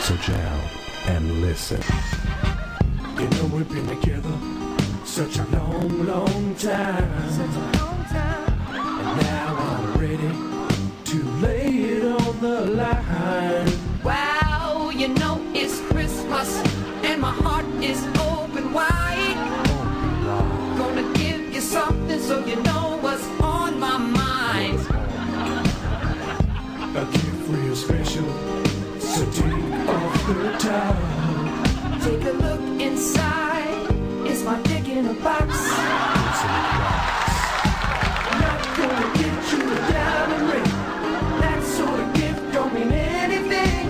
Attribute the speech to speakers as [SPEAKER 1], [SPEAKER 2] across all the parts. [SPEAKER 1] So jam and listen.
[SPEAKER 2] You know we've been together such a long, long time. And now I'm ready to lay it on the line.
[SPEAKER 3] Wow, you know it's Christmas and my heart is open wide. Gonna give you something so you know what's on my mind.
[SPEAKER 2] A gift real special. So take off the time.
[SPEAKER 3] Take a look inside. It's my dick in a box.
[SPEAKER 2] Not gonna get you a diamond ring.
[SPEAKER 3] That sort of gift don't mean anything.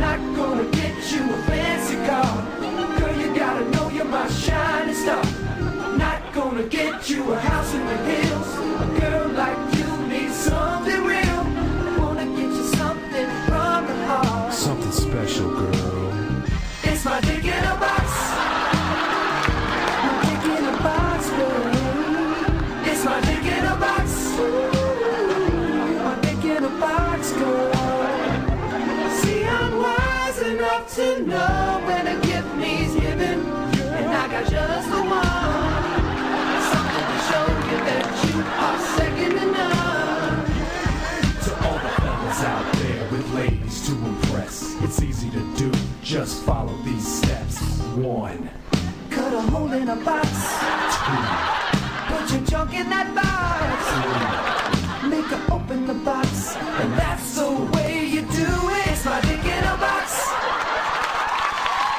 [SPEAKER 2] Not gonna get you a fancy car. Girl, you gotta know you're my shining star. Not gonna get you a house in the hills. A girl like you needs something real.
[SPEAKER 3] Wanna get you something from the heart.
[SPEAKER 1] Something special, girl.
[SPEAKER 3] It's my dick in a box. My dick in a box, girl. It's my dick in a box. My dick in a box, girl. See, I'm wise enough to know when a gift needs giving, and I got just the one. Something to show you that you are second to none.
[SPEAKER 2] To all the fellas out there with ladies to impress, it's easy to do. Just follow these steps. One,
[SPEAKER 3] Cut a hole in a box.
[SPEAKER 2] two,
[SPEAKER 3] Put your junk in that box.
[SPEAKER 2] three.
[SPEAKER 3] Make her open the box. And that's the way you do it. It's my dick in a box.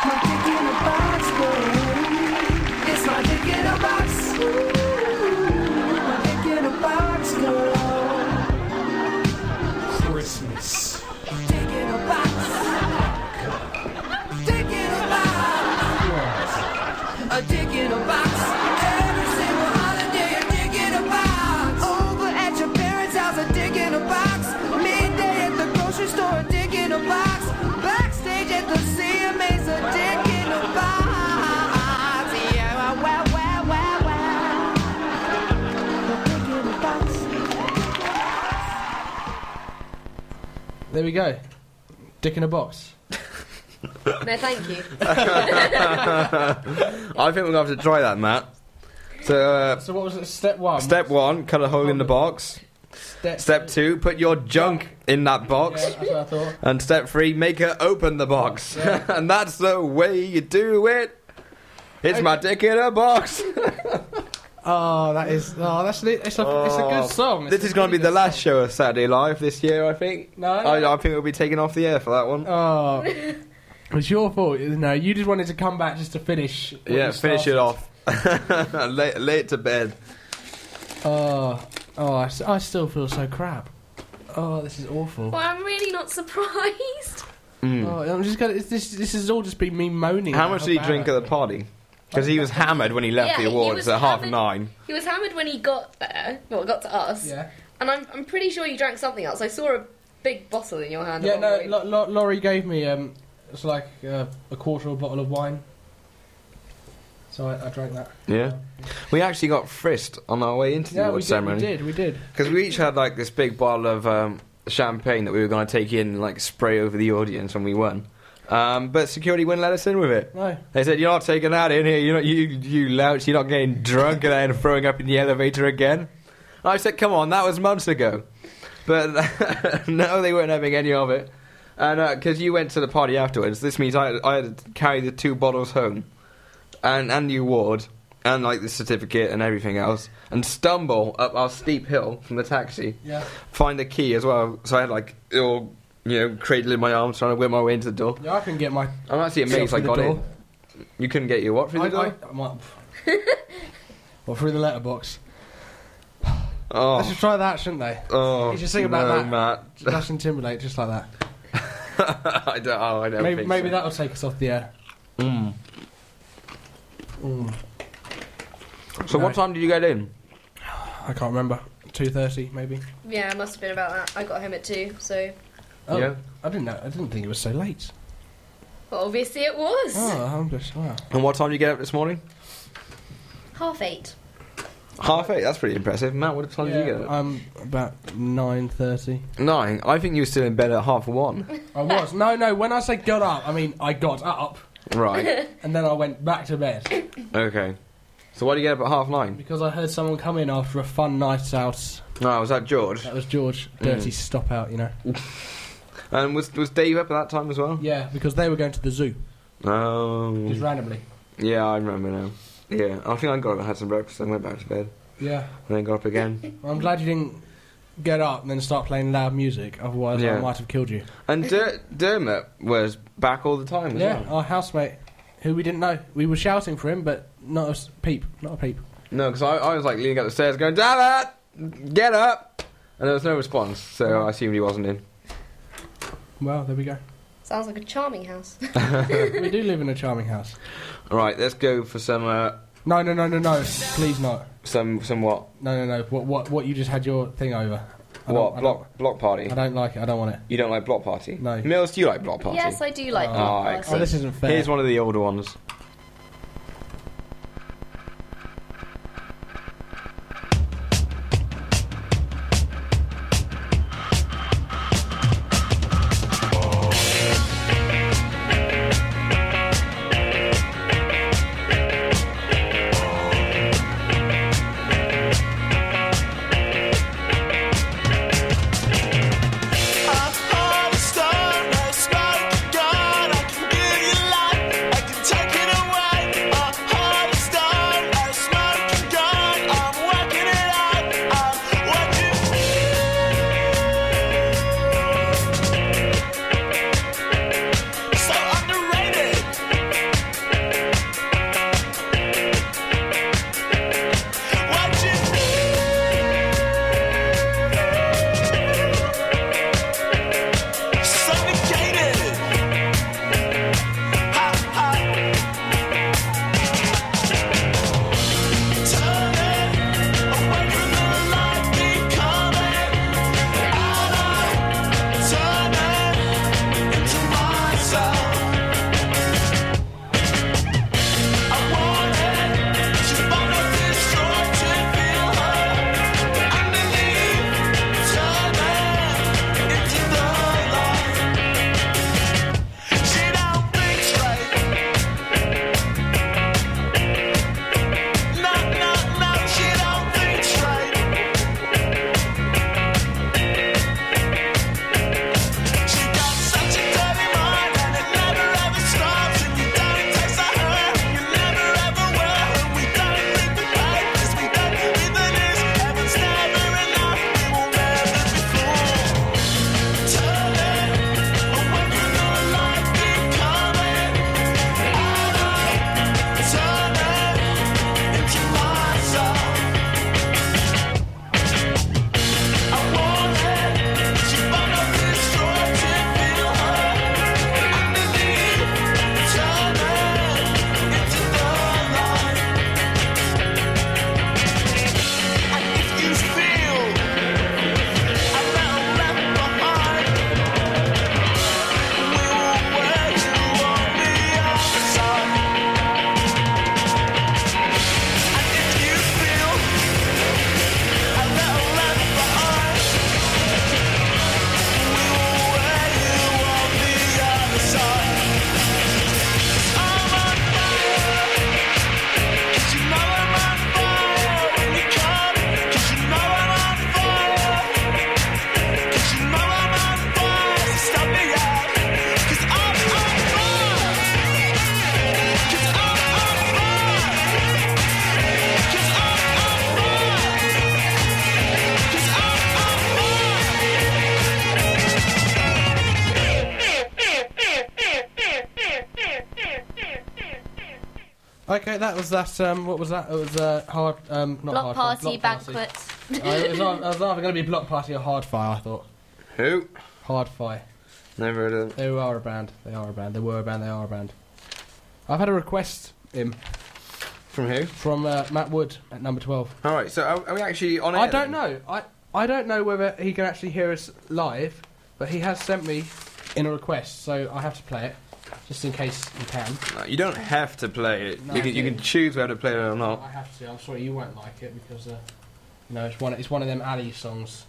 [SPEAKER 3] My dick in a box, girl. It's my dick in a box. My dick in a box, girl.
[SPEAKER 2] Christmas.
[SPEAKER 3] Dick in a box. Dick in a box. a dick in a box. Every single holiday, a dick in a box. Over at your parents' house, a dick in a box. Midday at the grocery store, a dick in a box. Backstage at the CMA's, a dick in a box. Yeah, wow, wow, wow, wow, wow. A dick in a box.
[SPEAKER 4] There we go. Dick in a box.
[SPEAKER 5] No, thank you.
[SPEAKER 6] I think we're going to have to try that, Matt. So, uh,
[SPEAKER 4] So what was it? Step one.
[SPEAKER 6] step one, cut a hole in the box.
[SPEAKER 4] Step.
[SPEAKER 6] Step two, put your junk in that box.
[SPEAKER 4] Yeah, that's what I thought.
[SPEAKER 6] And step three, make her open the box.
[SPEAKER 4] Oh,
[SPEAKER 6] and that's the way you do it. It's my dick in a box.
[SPEAKER 4] Oh, that is. Oh, that's. li- It's a. it's a
[SPEAKER 6] Oh,
[SPEAKER 4] good song. It's
[SPEAKER 6] This
[SPEAKER 4] a
[SPEAKER 6] is going to
[SPEAKER 4] really
[SPEAKER 6] be the
[SPEAKER 4] good
[SPEAKER 6] last
[SPEAKER 4] song.
[SPEAKER 6] show of Saturday Live this year, I think.
[SPEAKER 4] No.
[SPEAKER 6] I, I think we'll be taking off the air for that one.
[SPEAKER 4] Oh, it's your fault. No, you just wanted to come back just to finish. what
[SPEAKER 6] yeah,
[SPEAKER 4] you
[SPEAKER 6] finish it
[SPEAKER 4] started.
[SPEAKER 6] off. late, late to bed.
[SPEAKER 4] Oh, oh, I, s- I still feel so crap. Oh, this is awful.
[SPEAKER 5] Well, I'm really not surprised.
[SPEAKER 4] Oh, I'm just gonna. it's- This this has all just been me moaning.
[SPEAKER 6] Hmm. How
[SPEAKER 4] about
[SPEAKER 6] much
[SPEAKER 4] how
[SPEAKER 6] did he
[SPEAKER 4] bad
[SPEAKER 6] drink
[SPEAKER 4] I-
[SPEAKER 6] at the party? Because he was hammered when he left
[SPEAKER 5] Yeah,
[SPEAKER 6] the
[SPEAKER 5] he
[SPEAKER 6] awards
[SPEAKER 5] was
[SPEAKER 6] at half
[SPEAKER 5] hammered.
[SPEAKER 6] nine.
[SPEAKER 5] He was hammered when he got there. Well, got to us.
[SPEAKER 4] Yeah.
[SPEAKER 5] And I'm, I'm pretty sure you drank something else. I saw a big bottle in your hand.
[SPEAKER 4] Yeah.
[SPEAKER 5] along
[SPEAKER 4] No.
[SPEAKER 5] the way.
[SPEAKER 4] Lo- Lo- Laurie gave me um, it's like uh, a quarter of a bottle of wine. So I, I drank that.
[SPEAKER 6] Yeah. We actually got frisked on our way into the
[SPEAKER 4] Yeah, we
[SPEAKER 6] awards
[SPEAKER 4] did, we
[SPEAKER 6] ceremony.
[SPEAKER 4] did. We did.
[SPEAKER 6] Because we each had like this big bottle of um, champagne that we were going to take in and like spray over the audience when we won. Um, but security wouldn't let us in with it.
[SPEAKER 4] No.
[SPEAKER 6] They said, "You're not taking that in here. You're not, you you lounge. You're not getting drunk and then throwing up in the elevator again." And I said, "Come on, that was months ago." But no, they weren't having any of it. And because you went to the party afterwards, this means I, I had to carry the two bottles home, and and the award, and like the certificate and everything else, and stumble up our steep hill from the taxi
[SPEAKER 4] Yeah.
[SPEAKER 6] find a key as well. So I had like it all, you know, cradled in my arms, trying to whip my way into the door.
[SPEAKER 4] Yeah. I can get my.
[SPEAKER 6] I'm actually amazed
[SPEAKER 4] Shot
[SPEAKER 6] I
[SPEAKER 4] through
[SPEAKER 6] got
[SPEAKER 4] the
[SPEAKER 6] in.
[SPEAKER 4] door.
[SPEAKER 6] You couldn't get your what through
[SPEAKER 4] I,
[SPEAKER 6] the door?
[SPEAKER 4] I, I might. well, through the letterbox. They
[SPEAKER 6] Oh,
[SPEAKER 4] should try that, shouldn't they?
[SPEAKER 6] oh,
[SPEAKER 4] You should sing about
[SPEAKER 6] no,
[SPEAKER 4] Dash and Timberlake, just like that.
[SPEAKER 6] Matt. I don't. Oh, I don't.
[SPEAKER 4] Maybe,
[SPEAKER 6] think
[SPEAKER 4] maybe
[SPEAKER 6] so.
[SPEAKER 4] that'll take us off the air.
[SPEAKER 6] So what time did you get in?
[SPEAKER 4] I can't remember. Two thirty, maybe.
[SPEAKER 5] Yeah, it must have been about that. I got home at two, so
[SPEAKER 4] Oh,
[SPEAKER 6] Yeah.
[SPEAKER 4] I didn't know. I didn't think it was so late.
[SPEAKER 5] well, obviously it was
[SPEAKER 4] Oh, I'm just wow.
[SPEAKER 6] And what time did you get up this morning?
[SPEAKER 5] half eight.
[SPEAKER 6] Half eight. That's pretty impressive. Matt, what time did you
[SPEAKER 4] Yeah,
[SPEAKER 6] get? up?
[SPEAKER 4] I'm Um, about nine thirty.
[SPEAKER 6] Nine. I think you were still in bed at half one.
[SPEAKER 4] I was no, no. When I say got up, I mean I got up
[SPEAKER 6] right.
[SPEAKER 4] and then I went back to bed
[SPEAKER 6] Okay. So why do you get up at half nine?
[SPEAKER 4] because I heard someone come in after a fun night out.
[SPEAKER 6] No, was that George?
[SPEAKER 4] That was George,
[SPEAKER 6] Mm.
[SPEAKER 4] dirty stop out, you know.
[SPEAKER 6] And was was Dave up at that time as well?
[SPEAKER 4] Yeah, because they were going to the zoo
[SPEAKER 6] Oh.
[SPEAKER 4] just randomly.
[SPEAKER 6] Yeah, I remember now. Yeah, I think I got up and had some breakfast and went back to bed.
[SPEAKER 4] Yeah,
[SPEAKER 6] And then got up again.
[SPEAKER 4] Well, I'm glad you didn't get up and then start playing loud music. Otherwise,
[SPEAKER 6] Yeah.
[SPEAKER 4] I might have killed you.
[SPEAKER 6] And Der- Dermot was back all the time as
[SPEAKER 4] Yeah,
[SPEAKER 6] well.
[SPEAKER 4] our housemate, who we didn't know, we were shouting for him, but not a s- peep, not a peep.
[SPEAKER 6] No, because I, I was like leaning up the stairs going, Dermot! Get up! And there was no response, so I assumed he wasn't in.
[SPEAKER 4] Well, there we go.
[SPEAKER 5] Sounds like a charming house.
[SPEAKER 4] we do live in a charming house.
[SPEAKER 6] Alright, let's go for some, uh,
[SPEAKER 4] No, no, no, no, no. Please not.
[SPEAKER 6] some, some what?
[SPEAKER 4] No, no, no. What, what, what? You just had your thing over. I don't-
[SPEAKER 6] What?
[SPEAKER 4] I
[SPEAKER 6] Block, block party?
[SPEAKER 4] don't- I don't like it. I don't want it.
[SPEAKER 6] You don't like block party?
[SPEAKER 4] No.
[SPEAKER 6] Mills, do you like block party?
[SPEAKER 5] yes, I do like
[SPEAKER 4] Oh,
[SPEAKER 5] block party.
[SPEAKER 4] Oh,
[SPEAKER 6] excellent.
[SPEAKER 4] this isn't fair.
[SPEAKER 6] Here's one of the older ones.
[SPEAKER 7] Suffocated. Ha ha. She don't think straight. No, no, no, she don't think straight. She got such a dirty mind and it never ever stops. And you don't text her, you never ever will. And we don't think the right is we don't even is. Heaven's never enough. We will never be fooled. Turn it away from the light becoming. Turn it into myself. I want it. She found a destroyed to feel her. Underneath, turn it into the light. And if you feel around left behind, we will wear you on the outside. If you feel a little left behind, we will wear you on the other side. I'm on fire, 'cause you know I'm on fire when you come. 'Cause you know I'm on fire, 'cause you know I'm on fire. So stop me out, 'cause I'm on fire, 'cause I'm on fire.
[SPEAKER 4] Okay, that was that. Um, what was that? It was uh, hard. Um, not hard
[SPEAKER 5] Block
[SPEAKER 4] fire,
[SPEAKER 5] party,
[SPEAKER 4] block party.
[SPEAKER 5] banquet.
[SPEAKER 4] I it was, either- I was either going to be block party or hard fire. I thought
[SPEAKER 6] Who?
[SPEAKER 4] hard fire.
[SPEAKER 6] Never heard of them.
[SPEAKER 4] They are a band. They are a band. They were a band. They are a band. I've had a request in
[SPEAKER 6] From who?
[SPEAKER 4] from uh, Matt Wood at number twelve.
[SPEAKER 6] Alright, so are, are we actually on it?
[SPEAKER 4] I don't know. I I don't know whether he can actually hear us live, but he has sent me in a request, so I have to play it just in case you can.
[SPEAKER 6] No, you don't have to play it.
[SPEAKER 4] No,
[SPEAKER 6] you,
[SPEAKER 4] I
[SPEAKER 6] can, you
[SPEAKER 4] do.
[SPEAKER 6] can choose whether to play it or not.
[SPEAKER 4] I have to. I'm sorry, you won't like it because uh, you know it's one. It's one of them Ali songs.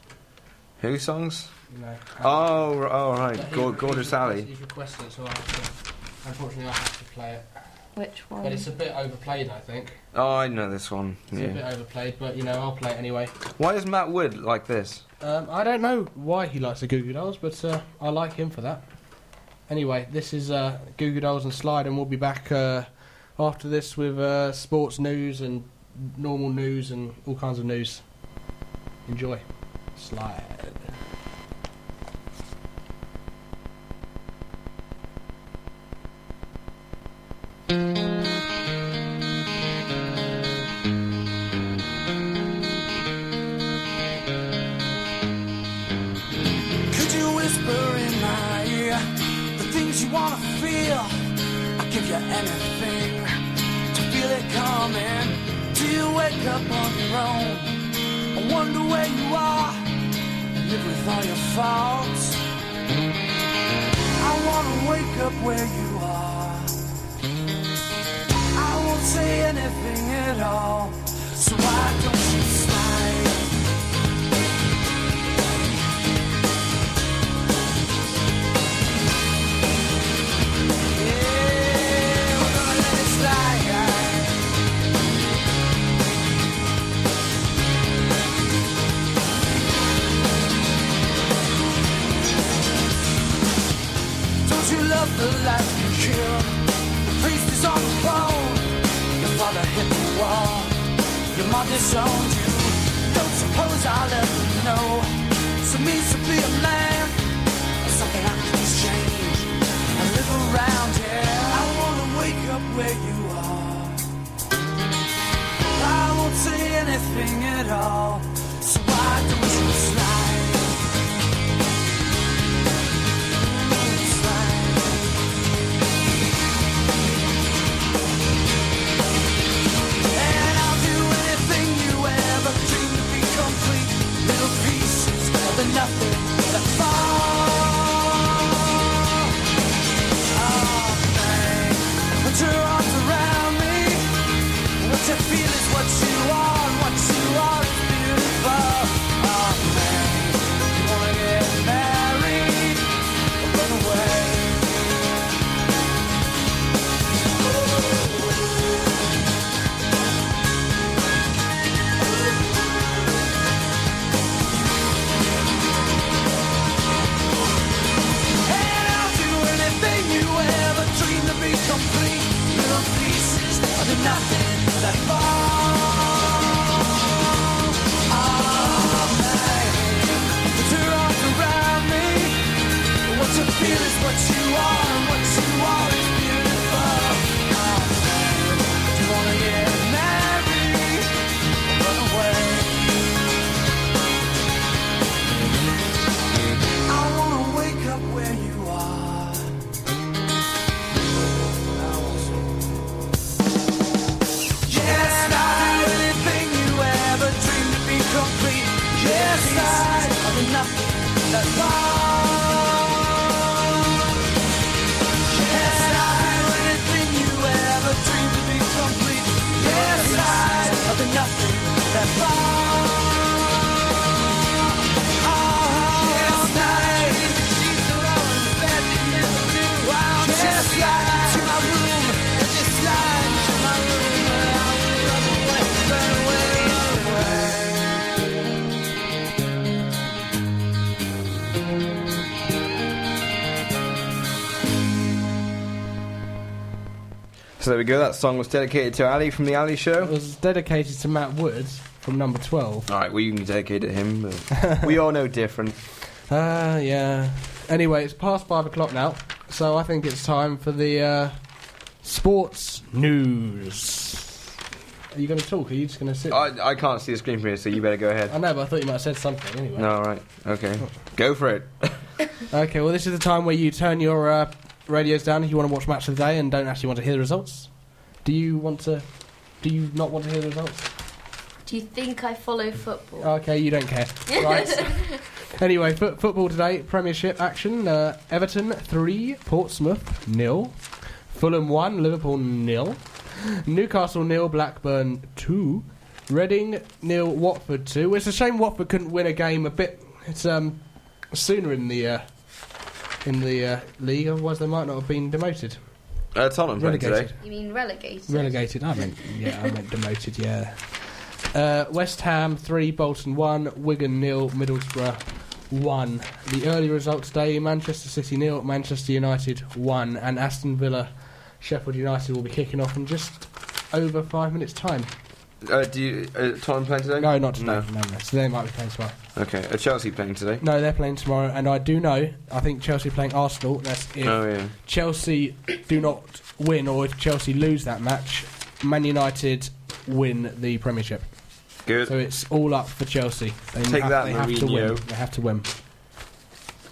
[SPEAKER 6] Who songs?
[SPEAKER 4] You know.
[SPEAKER 6] Oh, r- oh right,
[SPEAKER 4] But he-
[SPEAKER 6] Gor-
[SPEAKER 4] he's
[SPEAKER 6] Gorgeous
[SPEAKER 4] requested-
[SPEAKER 6] Alley.
[SPEAKER 4] He's requested, so I have to, unfortunately I have to play it.
[SPEAKER 8] Which one?
[SPEAKER 4] But it's a bit overplayed, I think.
[SPEAKER 6] Oh, I know this one.
[SPEAKER 4] It's a bit
[SPEAKER 6] Yeah.
[SPEAKER 4] overplayed, but you know I'll play it anyway.
[SPEAKER 6] Why is Matt Wood like this?
[SPEAKER 4] Um, I don't know why he likes the Goo Goo Dolls, but uh, I like him for that. Anyway, this is uh, Goo Goo Dolls and Slide, and we'll be back uh, after this with uh, sports news and normal news and all kinds of news. Enjoy. Slide.
[SPEAKER 3] Could you whisper in my ear the things you wanna feel? I'll give you anything to feel it coming. Do you wake up on your own? I wonder where you are and live with all your faults. I wanna wake up where you are. I won't say anything at all. So why don't you smile? Don't you love the life you kill? The priest is on the phone. Your father hit the wall. Your mom disowned you. Don't suppose I'll ever know. So means to be a man. There's Something I can change. I live around here. I wanna wake up where you are. I won't say anything at all. So why don't you slide? Slide. And I'll do anything you ever dream to be complete. Little pieces of the nothing that fall. Oh, thanks. Put your arms around me. What you feel is what you are, and what you are is beautiful. Oh, thanks. You wanna get married or run away? And I'll do anything you ever dream to be complete. Little pieces of the nothing that fall. Oh, babe, put your arms around me. What you feel is what you are, and what you are is beautiful. Oh, babe, do you wanna get married or run away? I wanna wake up where you are. Yes, I do anything you ever dreamed to be complete. Yes, I have nothing that long. Yes, I do anything you ever dreamed to be complete. Yes, I have nothing that long.
[SPEAKER 6] So there we go. That song was dedicated to Ali from the Ali
[SPEAKER 4] It
[SPEAKER 6] Show.
[SPEAKER 4] was dedicated to Matt Woods from number 12.
[SPEAKER 6] All right, well you can dedicate it to him. But we all know different.
[SPEAKER 4] Ah, yeah. Anyway, it's past five o'clock now, so I think it's time for the uh, sports news. Are you going to talk? Or are you just going to sit?
[SPEAKER 6] I, I can't see the screen from here, so you better go ahead.
[SPEAKER 4] I know, but I thought you might have said something anyway.
[SPEAKER 6] No, all right, okay, go for it.
[SPEAKER 4] Okay, well, this is the time where you turn your uh, radios down if you want to watch match of the day and don't actually want to hear the results. Do you want to? Do you not want to hear the results? Oh.
[SPEAKER 8] Do you think I follow football?
[SPEAKER 4] Okay, you don't care. Right. Anyway, foot football today, Premiership action. Uh, Everton 3, Portsmouth nil, Fulham 1, Liverpool nil, Newcastle nil, Blackburn 2, Reading nil, Watford 2. It's a shame Watford couldn't win a game a bit it's um, sooner in the uh, in the uh, league, otherwise they might not have been demoted.
[SPEAKER 6] Uh, Tottenham playing today.
[SPEAKER 5] You mean relegated?
[SPEAKER 4] Relegated. I meant yeah, I meant demoted. Yeah. Uh, West Ham three, Bolton one, Wigan nil, Middlesbrough one. The early result today: Manchester City nil, Manchester United one, and Aston Villa, Sheffield United will be kicking off in just over five minutes' time.
[SPEAKER 6] Uh, do you uh, Tottenham playing today?
[SPEAKER 4] No, not today.
[SPEAKER 6] No.
[SPEAKER 4] No, no. So they might be playing tomorrow.
[SPEAKER 6] Okay, uh, Chelsea playing today.
[SPEAKER 4] No, they're playing tomorrow, and I do know. I think Chelsea playing Arsenal. That's if
[SPEAKER 6] Oh yeah.
[SPEAKER 4] Chelsea do not win, or if Chelsea lose that match, Man United win the Premiership.
[SPEAKER 6] Good.
[SPEAKER 4] So it's all up for Chelsea. They
[SPEAKER 6] Take
[SPEAKER 4] have,
[SPEAKER 6] that,
[SPEAKER 4] they have to win.
[SPEAKER 6] Mourinho.
[SPEAKER 4] They have to win.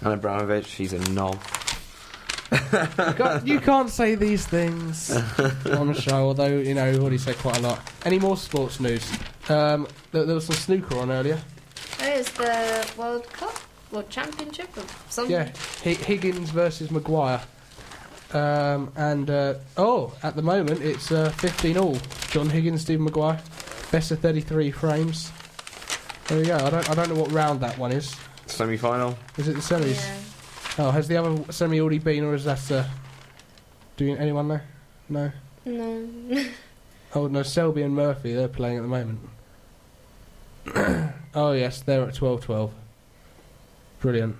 [SPEAKER 6] And Abramovich, he's a knob.
[SPEAKER 4] You can't, you can't say these things on a show, although you know we've already said quite a lot. Any more sports news? Um, there, there was some snooker on earlier.
[SPEAKER 5] That is the World Cup, World Championship, or something.
[SPEAKER 4] Yeah, Hi Higgins versus Maguire. Um, and uh, oh, at the moment it's uh, 15 all. John Higgins, Stephen Maguire, best of 33 frames. There we go. I don't, I don't know what round that one is.
[SPEAKER 6] Semi final.
[SPEAKER 4] Is it the semis? Oh, has the other semi already been, or is that? Uh, do you, anyone know? No.
[SPEAKER 5] No.
[SPEAKER 4] Oh no, Selby and Murphy. They're playing at the moment. oh yes, they're at 12-12. Brilliant.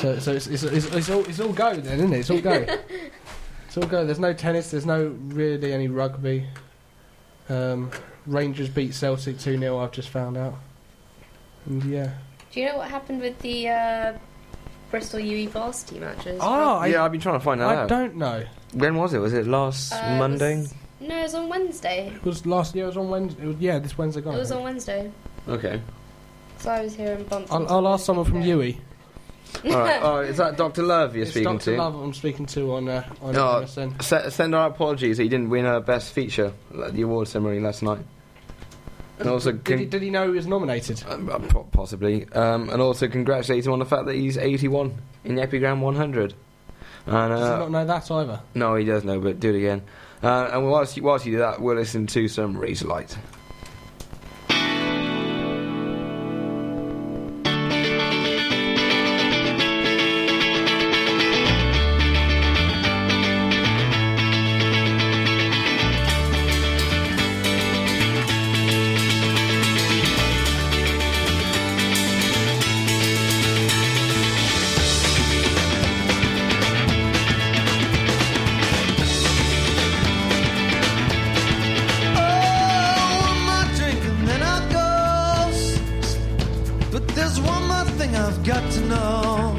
[SPEAKER 4] So, so it's, it's, it's, it's all it's all go then, isn't it? It's all go. it's all go. There's no tennis. There's no really any rugby. Um, Rangers beat Celtic two 0 I've just found out. And yeah.
[SPEAKER 5] Do you know what happened with the uh, Bristol UE varsity matches?
[SPEAKER 4] Oh, I,
[SPEAKER 6] yeah, I've been trying to find that
[SPEAKER 4] I
[SPEAKER 6] out.
[SPEAKER 4] don't know.
[SPEAKER 6] When was it? Was it last
[SPEAKER 5] Uh, it
[SPEAKER 6] Monday?
[SPEAKER 5] was- no, it was on Wednesday.
[SPEAKER 4] It was last year. It was on Wednesday. It was, yeah, this Wednesday gone.
[SPEAKER 5] It
[SPEAKER 4] I
[SPEAKER 5] was
[SPEAKER 4] think.
[SPEAKER 5] on Wednesday.
[SPEAKER 6] Okay.
[SPEAKER 5] So I was here in Bunton.
[SPEAKER 4] I'll, I'll ask someone from E.
[SPEAKER 5] you.
[SPEAKER 4] Yui.
[SPEAKER 6] All right. Oh, is that Dr. Love you're
[SPEAKER 4] It's
[SPEAKER 6] speaking
[SPEAKER 4] Dr.
[SPEAKER 6] to?
[SPEAKER 4] Love I'm speaking to on uh, on
[SPEAKER 6] Oh.
[SPEAKER 4] MSN.
[SPEAKER 6] Se- send our apologies that he didn't win her best feature at the award ceremony last night. And also,
[SPEAKER 4] Did he,
[SPEAKER 6] con-
[SPEAKER 4] did he know he was nominated?
[SPEAKER 6] um, uh, po- possibly, um, and also congratulate him on the fact that he's 81 in the Epigram
[SPEAKER 4] Does
[SPEAKER 6] 100. And
[SPEAKER 4] he
[SPEAKER 6] uh,
[SPEAKER 4] not know that either?
[SPEAKER 6] no, he does know, but do it again. Uh, and whilst you, whilst you do that, we'll listen to some Razor Light.
[SPEAKER 8] Oh, But there's one more thing I've got to know.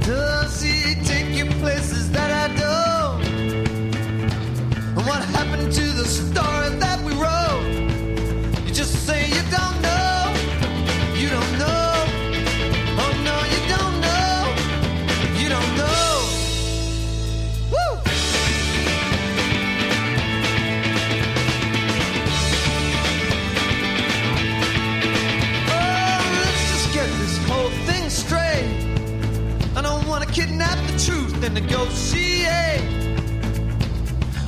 [SPEAKER 8] Does he take you places that I don't? And what happened to the story that we wrote? You just say you don't know. You don't know. Oh no, you don't know. You don't know. Woo! Oh, let's just get this whole thing straight. I don't want to kidnap the truth and negotiate.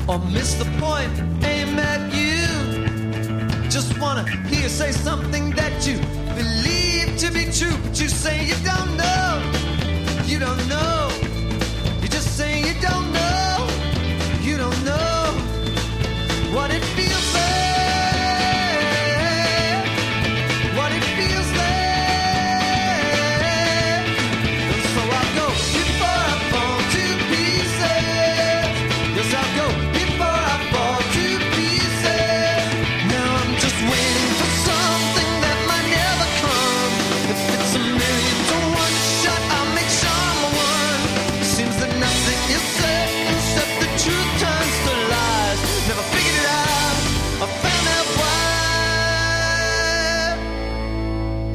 [SPEAKER 8] Or miss the point, aim at you. Just want to hear you say something that you believe to be true, but you say you don't know. You don't know. You just say you don't know. You don't know what it feels like what it feels like. And so I go before I fall to pieces. Yes, I go before I fall to pieces. Now I'm just waiting for something that might never come. If it's a million to one shot, I'll make sure I'm a one. Seems that nothing is certain except the truth turns to lies. Never figured it out. I found out why.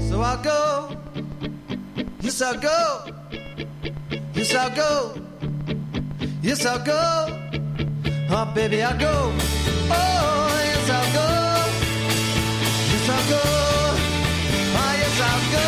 [SPEAKER 8] So I'll go. Yes, I'll go. Yes, I'll go. Yes, I'll go. Oh, baby, I'll go. Oh, yes, I'll go. Yes, I'll go. Oh, yes, I'll go.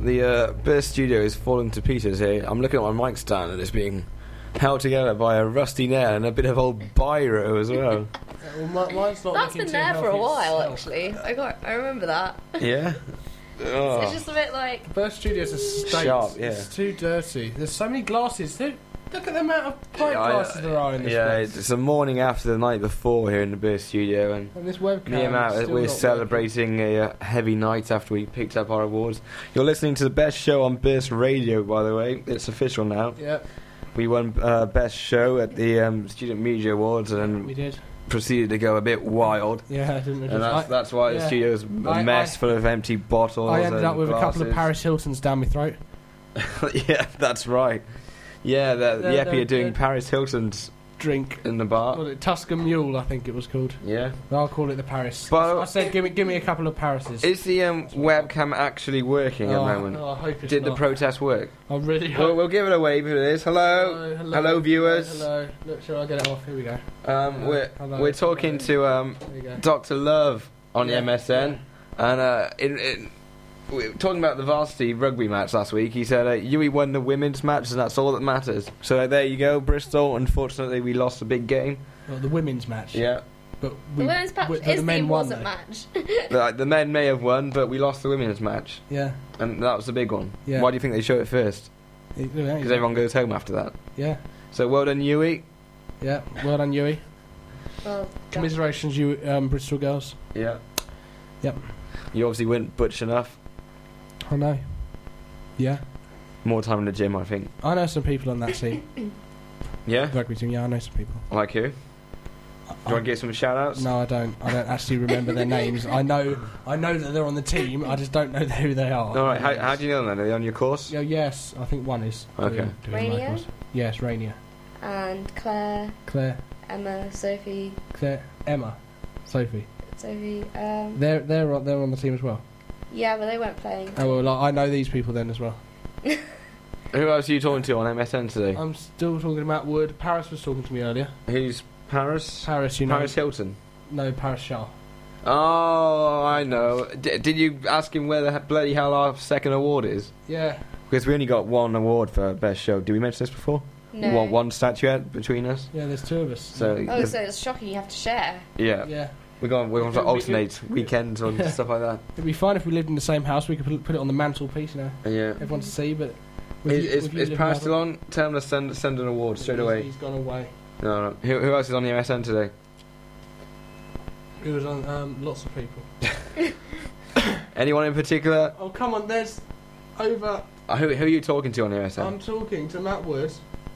[SPEAKER 6] The uh, Bear Studio is falling to pieces here. I'm looking at my mic stand and it's being held together by a rusty nail and a bit of old biro as well.
[SPEAKER 4] Well, mi- mine's not
[SPEAKER 5] That's
[SPEAKER 4] looking
[SPEAKER 5] been
[SPEAKER 4] too
[SPEAKER 5] there for a
[SPEAKER 4] healthy
[SPEAKER 5] while,
[SPEAKER 4] itself.
[SPEAKER 5] actually. I got, I remember that.
[SPEAKER 6] yeah? Oh.
[SPEAKER 4] Ah.
[SPEAKER 5] It's just a bit like
[SPEAKER 4] First studio's a state.
[SPEAKER 6] Sharp, yeah.
[SPEAKER 4] It's too dirty. There's so many glasses. Look look at the amount of pint
[SPEAKER 6] Yeah, I-
[SPEAKER 4] glasses there are in this
[SPEAKER 6] yeah,
[SPEAKER 4] place.
[SPEAKER 6] it's it's the morning after the night before here in the Beer Studio and
[SPEAKER 4] And this webcam.
[SPEAKER 6] Me and
[SPEAKER 4] is
[SPEAKER 6] Matt,
[SPEAKER 4] still
[SPEAKER 6] we're
[SPEAKER 4] not
[SPEAKER 6] celebrating a uh, heavy night after we picked up our awards. You're listening to the best show on Best Radio, by the way. It's official now.
[SPEAKER 4] working. Yep,
[SPEAKER 6] We won uh, Best Show at the um, Student Media Awards
[SPEAKER 4] we
[SPEAKER 6] and
[SPEAKER 4] did.
[SPEAKER 6] proceeded to go a bit wild.
[SPEAKER 4] Yeah, I didn't
[SPEAKER 6] And that's,
[SPEAKER 4] realize. I,
[SPEAKER 6] that's why
[SPEAKER 4] yeah.
[SPEAKER 6] the studio's a
[SPEAKER 4] I-
[SPEAKER 6] mess
[SPEAKER 4] I-
[SPEAKER 6] full of empty bottles.
[SPEAKER 4] I ended
[SPEAKER 6] and
[SPEAKER 4] up with a couple of
[SPEAKER 6] glasses.
[SPEAKER 4] Paris Hiltons down my throat.
[SPEAKER 6] yeah, that's right. Yeah, the, the
[SPEAKER 4] No,
[SPEAKER 6] Epi
[SPEAKER 4] no,
[SPEAKER 6] are doing
[SPEAKER 4] no.
[SPEAKER 6] Paris Hilton's
[SPEAKER 4] Drink.
[SPEAKER 6] in the bar.
[SPEAKER 4] Called it Tuscan Mule, I think it was called.
[SPEAKER 6] Yeah.
[SPEAKER 4] I'll call it the Paris.
[SPEAKER 6] But-
[SPEAKER 4] I said, give me, give me a couple of Parises.
[SPEAKER 6] Is the um, webcam actually working
[SPEAKER 4] oh,
[SPEAKER 6] at the moment?
[SPEAKER 4] oh, I hope it's
[SPEAKER 6] Did the
[SPEAKER 4] not.
[SPEAKER 6] protest work?
[SPEAKER 4] I really hope.
[SPEAKER 6] We'll, we'll give it a wave if it is. Hello.
[SPEAKER 4] Hello,
[SPEAKER 6] hello, viewers.
[SPEAKER 4] Hello. Look, shall I get it off? Here we go.
[SPEAKER 6] Um, we're,
[SPEAKER 4] Hello.
[SPEAKER 6] we're talking to um,
[SPEAKER 4] There you go.
[SPEAKER 6] Dr. Love on
[SPEAKER 4] Yeah,
[SPEAKER 6] the MSN. And uh, in, in, we were talking about the varsity rugby match last week. He said uh, Yui won the women's match, and that's all that matters. So uh, there you go, Bristol. Unfortunately, we lost the big game.
[SPEAKER 4] Well, the women's match.
[SPEAKER 6] Yeah.
[SPEAKER 4] But
[SPEAKER 5] the
[SPEAKER 4] we,
[SPEAKER 5] women's patch
[SPEAKER 4] we-
[SPEAKER 5] is
[SPEAKER 4] but the men won.
[SPEAKER 5] wasn't
[SPEAKER 4] though.
[SPEAKER 5] match.
[SPEAKER 6] the, the men may have won, but we lost the women's match.
[SPEAKER 4] Yeah.
[SPEAKER 6] And that was the big one.
[SPEAKER 4] Yeah.
[SPEAKER 6] Why do you think they show it first? Because everyone goes home after that.
[SPEAKER 4] Yeah.
[SPEAKER 6] So well done, Yui.
[SPEAKER 4] Yeah. Well done, Yui.
[SPEAKER 5] well, done.
[SPEAKER 4] Commiserations, you um, Bristol girls.
[SPEAKER 6] Yeah.
[SPEAKER 4] Yep.
[SPEAKER 6] You obviously weren't butch enough.
[SPEAKER 4] I know. Yeah.
[SPEAKER 6] More time in the gym, I think.
[SPEAKER 4] I know some people on that team.
[SPEAKER 6] Yeah?
[SPEAKER 4] Rugby team. Yeah, I know some people.
[SPEAKER 6] Like who? Do you want to give some shout outs?
[SPEAKER 4] No, I don't. I don't actually remember their names. I know. I know that they're on the team. I just don't know who they are.
[SPEAKER 6] Alright, how, how do you know them? Are they on your course?
[SPEAKER 4] Yeah, yes, I think one is.
[SPEAKER 6] Okay.
[SPEAKER 4] doing- doing
[SPEAKER 5] Rainier?
[SPEAKER 4] Michael's. Yes, Rainier.
[SPEAKER 5] and Claire,
[SPEAKER 4] Claire,
[SPEAKER 5] Emma, Sophie,
[SPEAKER 4] Claire, Emma, Sophie.
[SPEAKER 5] Sophie. Um,
[SPEAKER 4] They're they're on, they're on the team as well.
[SPEAKER 5] yeah, but they weren't playing.
[SPEAKER 4] Oh well, like, I know these people then as well.
[SPEAKER 6] Who else are you talking to on MSN today?
[SPEAKER 4] I'm still talking about Wood. Paris was talking to me earlier.
[SPEAKER 6] Who's Paris?
[SPEAKER 4] Paris, you know.
[SPEAKER 6] Paris Hilton.
[SPEAKER 4] No, Paris Shaw.
[SPEAKER 6] Oh, I know. D- did you ask him where the he- bloody hell our second award is?
[SPEAKER 4] Yeah.
[SPEAKER 6] Because we only got one award for best show. Did we mention this before?
[SPEAKER 5] No.
[SPEAKER 6] One, one statuette between us.
[SPEAKER 4] Yeah, there's two of us.
[SPEAKER 6] So,
[SPEAKER 5] Oh,
[SPEAKER 6] there's-
[SPEAKER 5] so it's shocking you have to share.
[SPEAKER 6] yeah,
[SPEAKER 4] yeah,
[SPEAKER 6] we're going. We're going to
[SPEAKER 4] We could- we
[SPEAKER 6] alternate weekends on
[SPEAKER 4] Yeah.
[SPEAKER 6] stuff like that.
[SPEAKER 4] it'd be fine if we lived in the same house. We could put- put it on the mantelpiece, you know,
[SPEAKER 6] Yeah.
[SPEAKER 4] everyone to see. But with you- with
[SPEAKER 6] Is,
[SPEAKER 4] you
[SPEAKER 6] is, is
[SPEAKER 4] living
[SPEAKER 6] Paris
[SPEAKER 4] out-
[SPEAKER 6] still on? Tell him to send send an award straight
[SPEAKER 4] He's-
[SPEAKER 6] away.
[SPEAKER 4] He's gone away.
[SPEAKER 6] No, no. Who, who else is on the MSN today?
[SPEAKER 4] He was on um, lots of people.
[SPEAKER 6] Anyone in particular?
[SPEAKER 4] Oh come on, there's over.
[SPEAKER 6] Uh, Who, who are you talking to on the MSN?
[SPEAKER 4] I'm talking to Matt Wood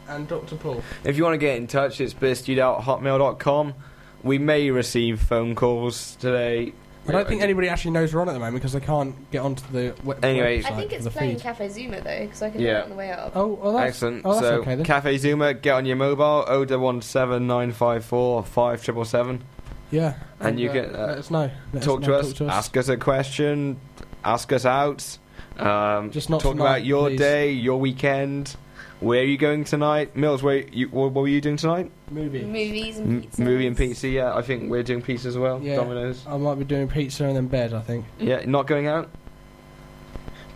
[SPEAKER 4] and Dr. Paul.
[SPEAKER 6] If you want to get in touch, it's beerstudio@hotmail.com. We may receive phone calls today.
[SPEAKER 4] I don't think anybody actually knows we're on at the moment because they can't get onto the web.
[SPEAKER 6] Anyway.
[SPEAKER 5] I
[SPEAKER 4] website
[SPEAKER 5] think
[SPEAKER 4] for
[SPEAKER 5] it's
[SPEAKER 4] the
[SPEAKER 5] playing
[SPEAKER 4] feed.
[SPEAKER 5] Cafe Zuma though, because I can hear
[SPEAKER 6] Yeah.
[SPEAKER 5] it on the way up.
[SPEAKER 4] Oh, well, that's
[SPEAKER 6] Excellent.
[SPEAKER 4] Oh, that's
[SPEAKER 6] so,
[SPEAKER 4] okay then.
[SPEAKER 6] Cafe Zuma, get on your mobile 017954 5777.
[SPEAKER 4] yeah,
[SPEAKER 6] And you
[SPEAKER 4] get
[SPEAKER 6] can, uh,
[SPEAKER 4] let us know. Let
[SPEAKER 6] Talk
[SPEAKER 4] know,
[SPEAKER 6] to us, ask us a question, ask us out, um,
[SPEAKER 4] Just not
[SPEAKER 6] talk
[SPEAKER 4] tonight,
[SPEAKER 6] about your
[SPEAKER 4] please.
[SPEAKER 6] day, your weekend. Where are you going tonight, Mills? Where you, what, what were you doing tonight?
[SPEAKER 4] Movie.
[SPEAKER 5] Movies and
[SPEAKER 6] M-
[SPEAKER 5] pizza.
[SPEAKER 6] movie and pizza. Yeah, I think we're doing pizza as well.
[SPEAKER 4] Yeah.
[SPEAKER 6] Domino's.
[SPEAKER 4] I might be doing pizza and then bed. I think.
[SPEAKER 6] Yeah, not going out.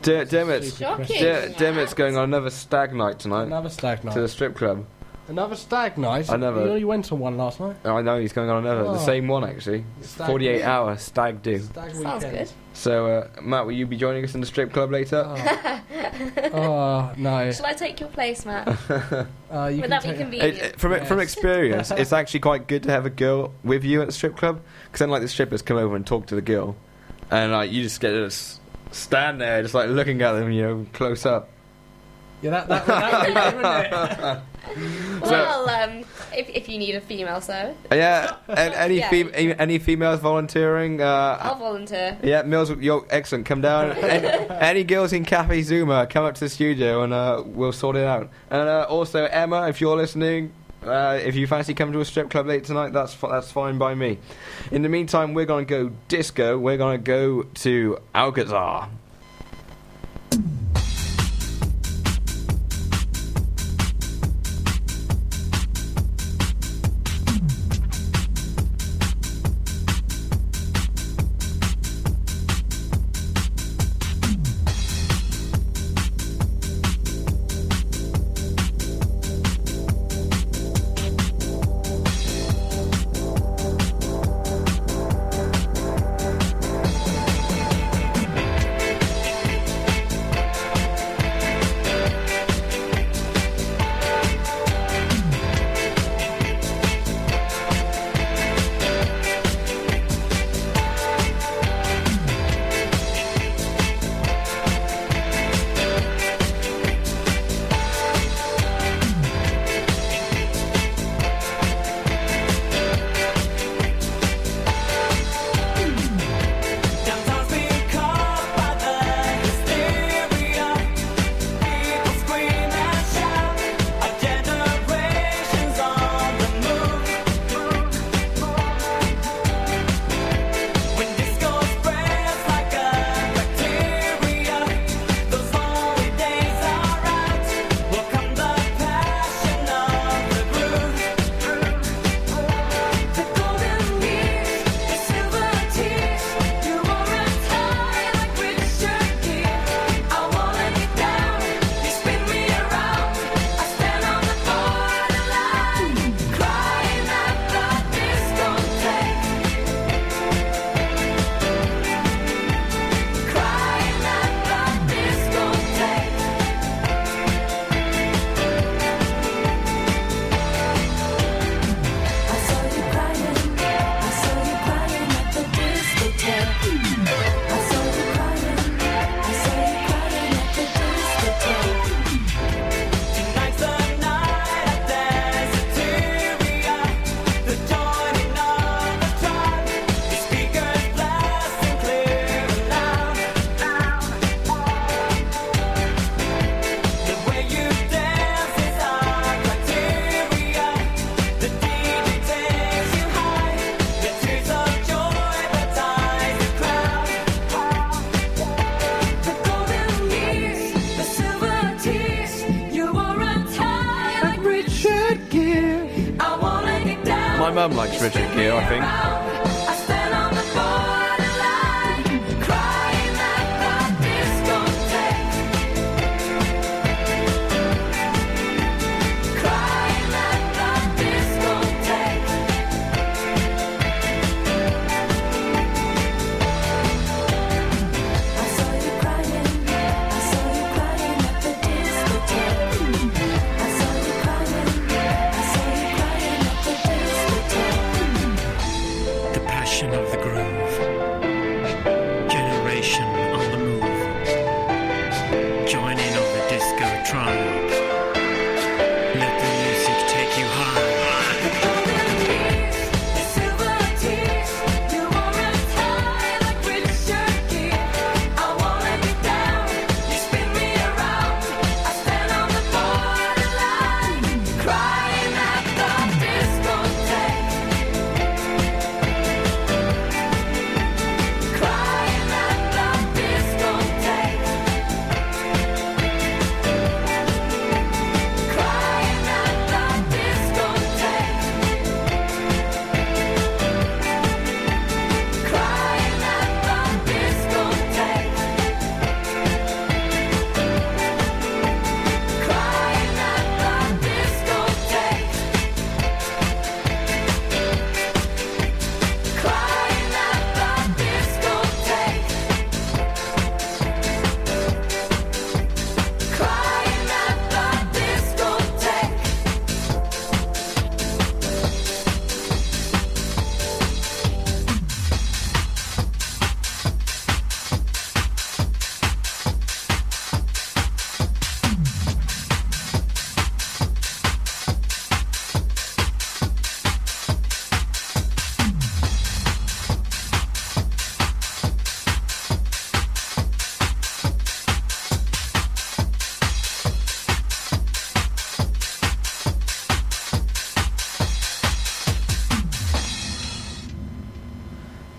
[SPEAKER 6] Der- Dermot's
[SPEAKER 4] Stupid question.
[SPEAKER 5] Shocking.
[SPEAKER 6] Der- Dermot's going on another stag night tonight
[SPEAKER 4] Another stag night.
[SPEAKER 6] Uh, to the strip club.
[SPEAKER 4] Another stag night.
[SPEAKER 6] Another-
[SPEAKER 4] You know you went on one last night.
[SPEAKER 6] Oh, I know he's going on another,
[SPEAKER 4] Oh.
[SPEAKER 6] the same one actually.
[SPEAKER 4] Stag
[SPEAKER 6] 48 hour stag do.
[SPEAKER 4] Stag
[SPEAKER 5] Sounds
[SPEAKER 4] weekend.
[SPEAKER 5] good.
[SPEAKER 6] So, uh, Matt, will you be joining us in the strip club later?
[SPEAKER 4] Oh, Oh, no.
[SPEAKER 5] Shall I take your place, Matt?
[SPEAKER 4] Uh, you
[SPEAKER 5] Would
[SPEAKER 4] can
[SPEAKER 5] that be
[SPEAKER 4] take-
[SPEAKER 5] convenient?
[SPEAKER 6] It, it- from from
[SPEAKER 4] Yes.
[SPEAKER 6] experience, it's actually quite good to have a girl with you at the strip club because then, like, the strippers come over and talk to the girl, and like you just get to s- stand there, just like looking at them, you know, close up.
[SPEAKER 4] Yeah, that, that, that would be good, wouldn't it?
[SPEAKER 5] well, um, if, if you need a female service,
[SPEAKER 6] Yeah, and any
[SPEAKER 5] Yeah.
[SPEAKER 6] fem- any- any females volunteering? Uh,
[SPEAKER 5] I'll volunteer.
[SPEAKER 6] yeah, Mills, you're excellent. Come down. any, any girls in Cafe Zuma, come up to the studio and uh, we'll sort it out. And uh, also, Emma, if you're listening, uh, if you fancy coming to a strip club late tonight, that's fi- that's fine by me. In the meantime, we're gonna go disco. We're gonna go to Alcazar. My mum likes Richard Gere, I think.
[SPEAKER 9] The passion of the groove. Generation on the move. Joining of the disco tribe. Let the music take you high.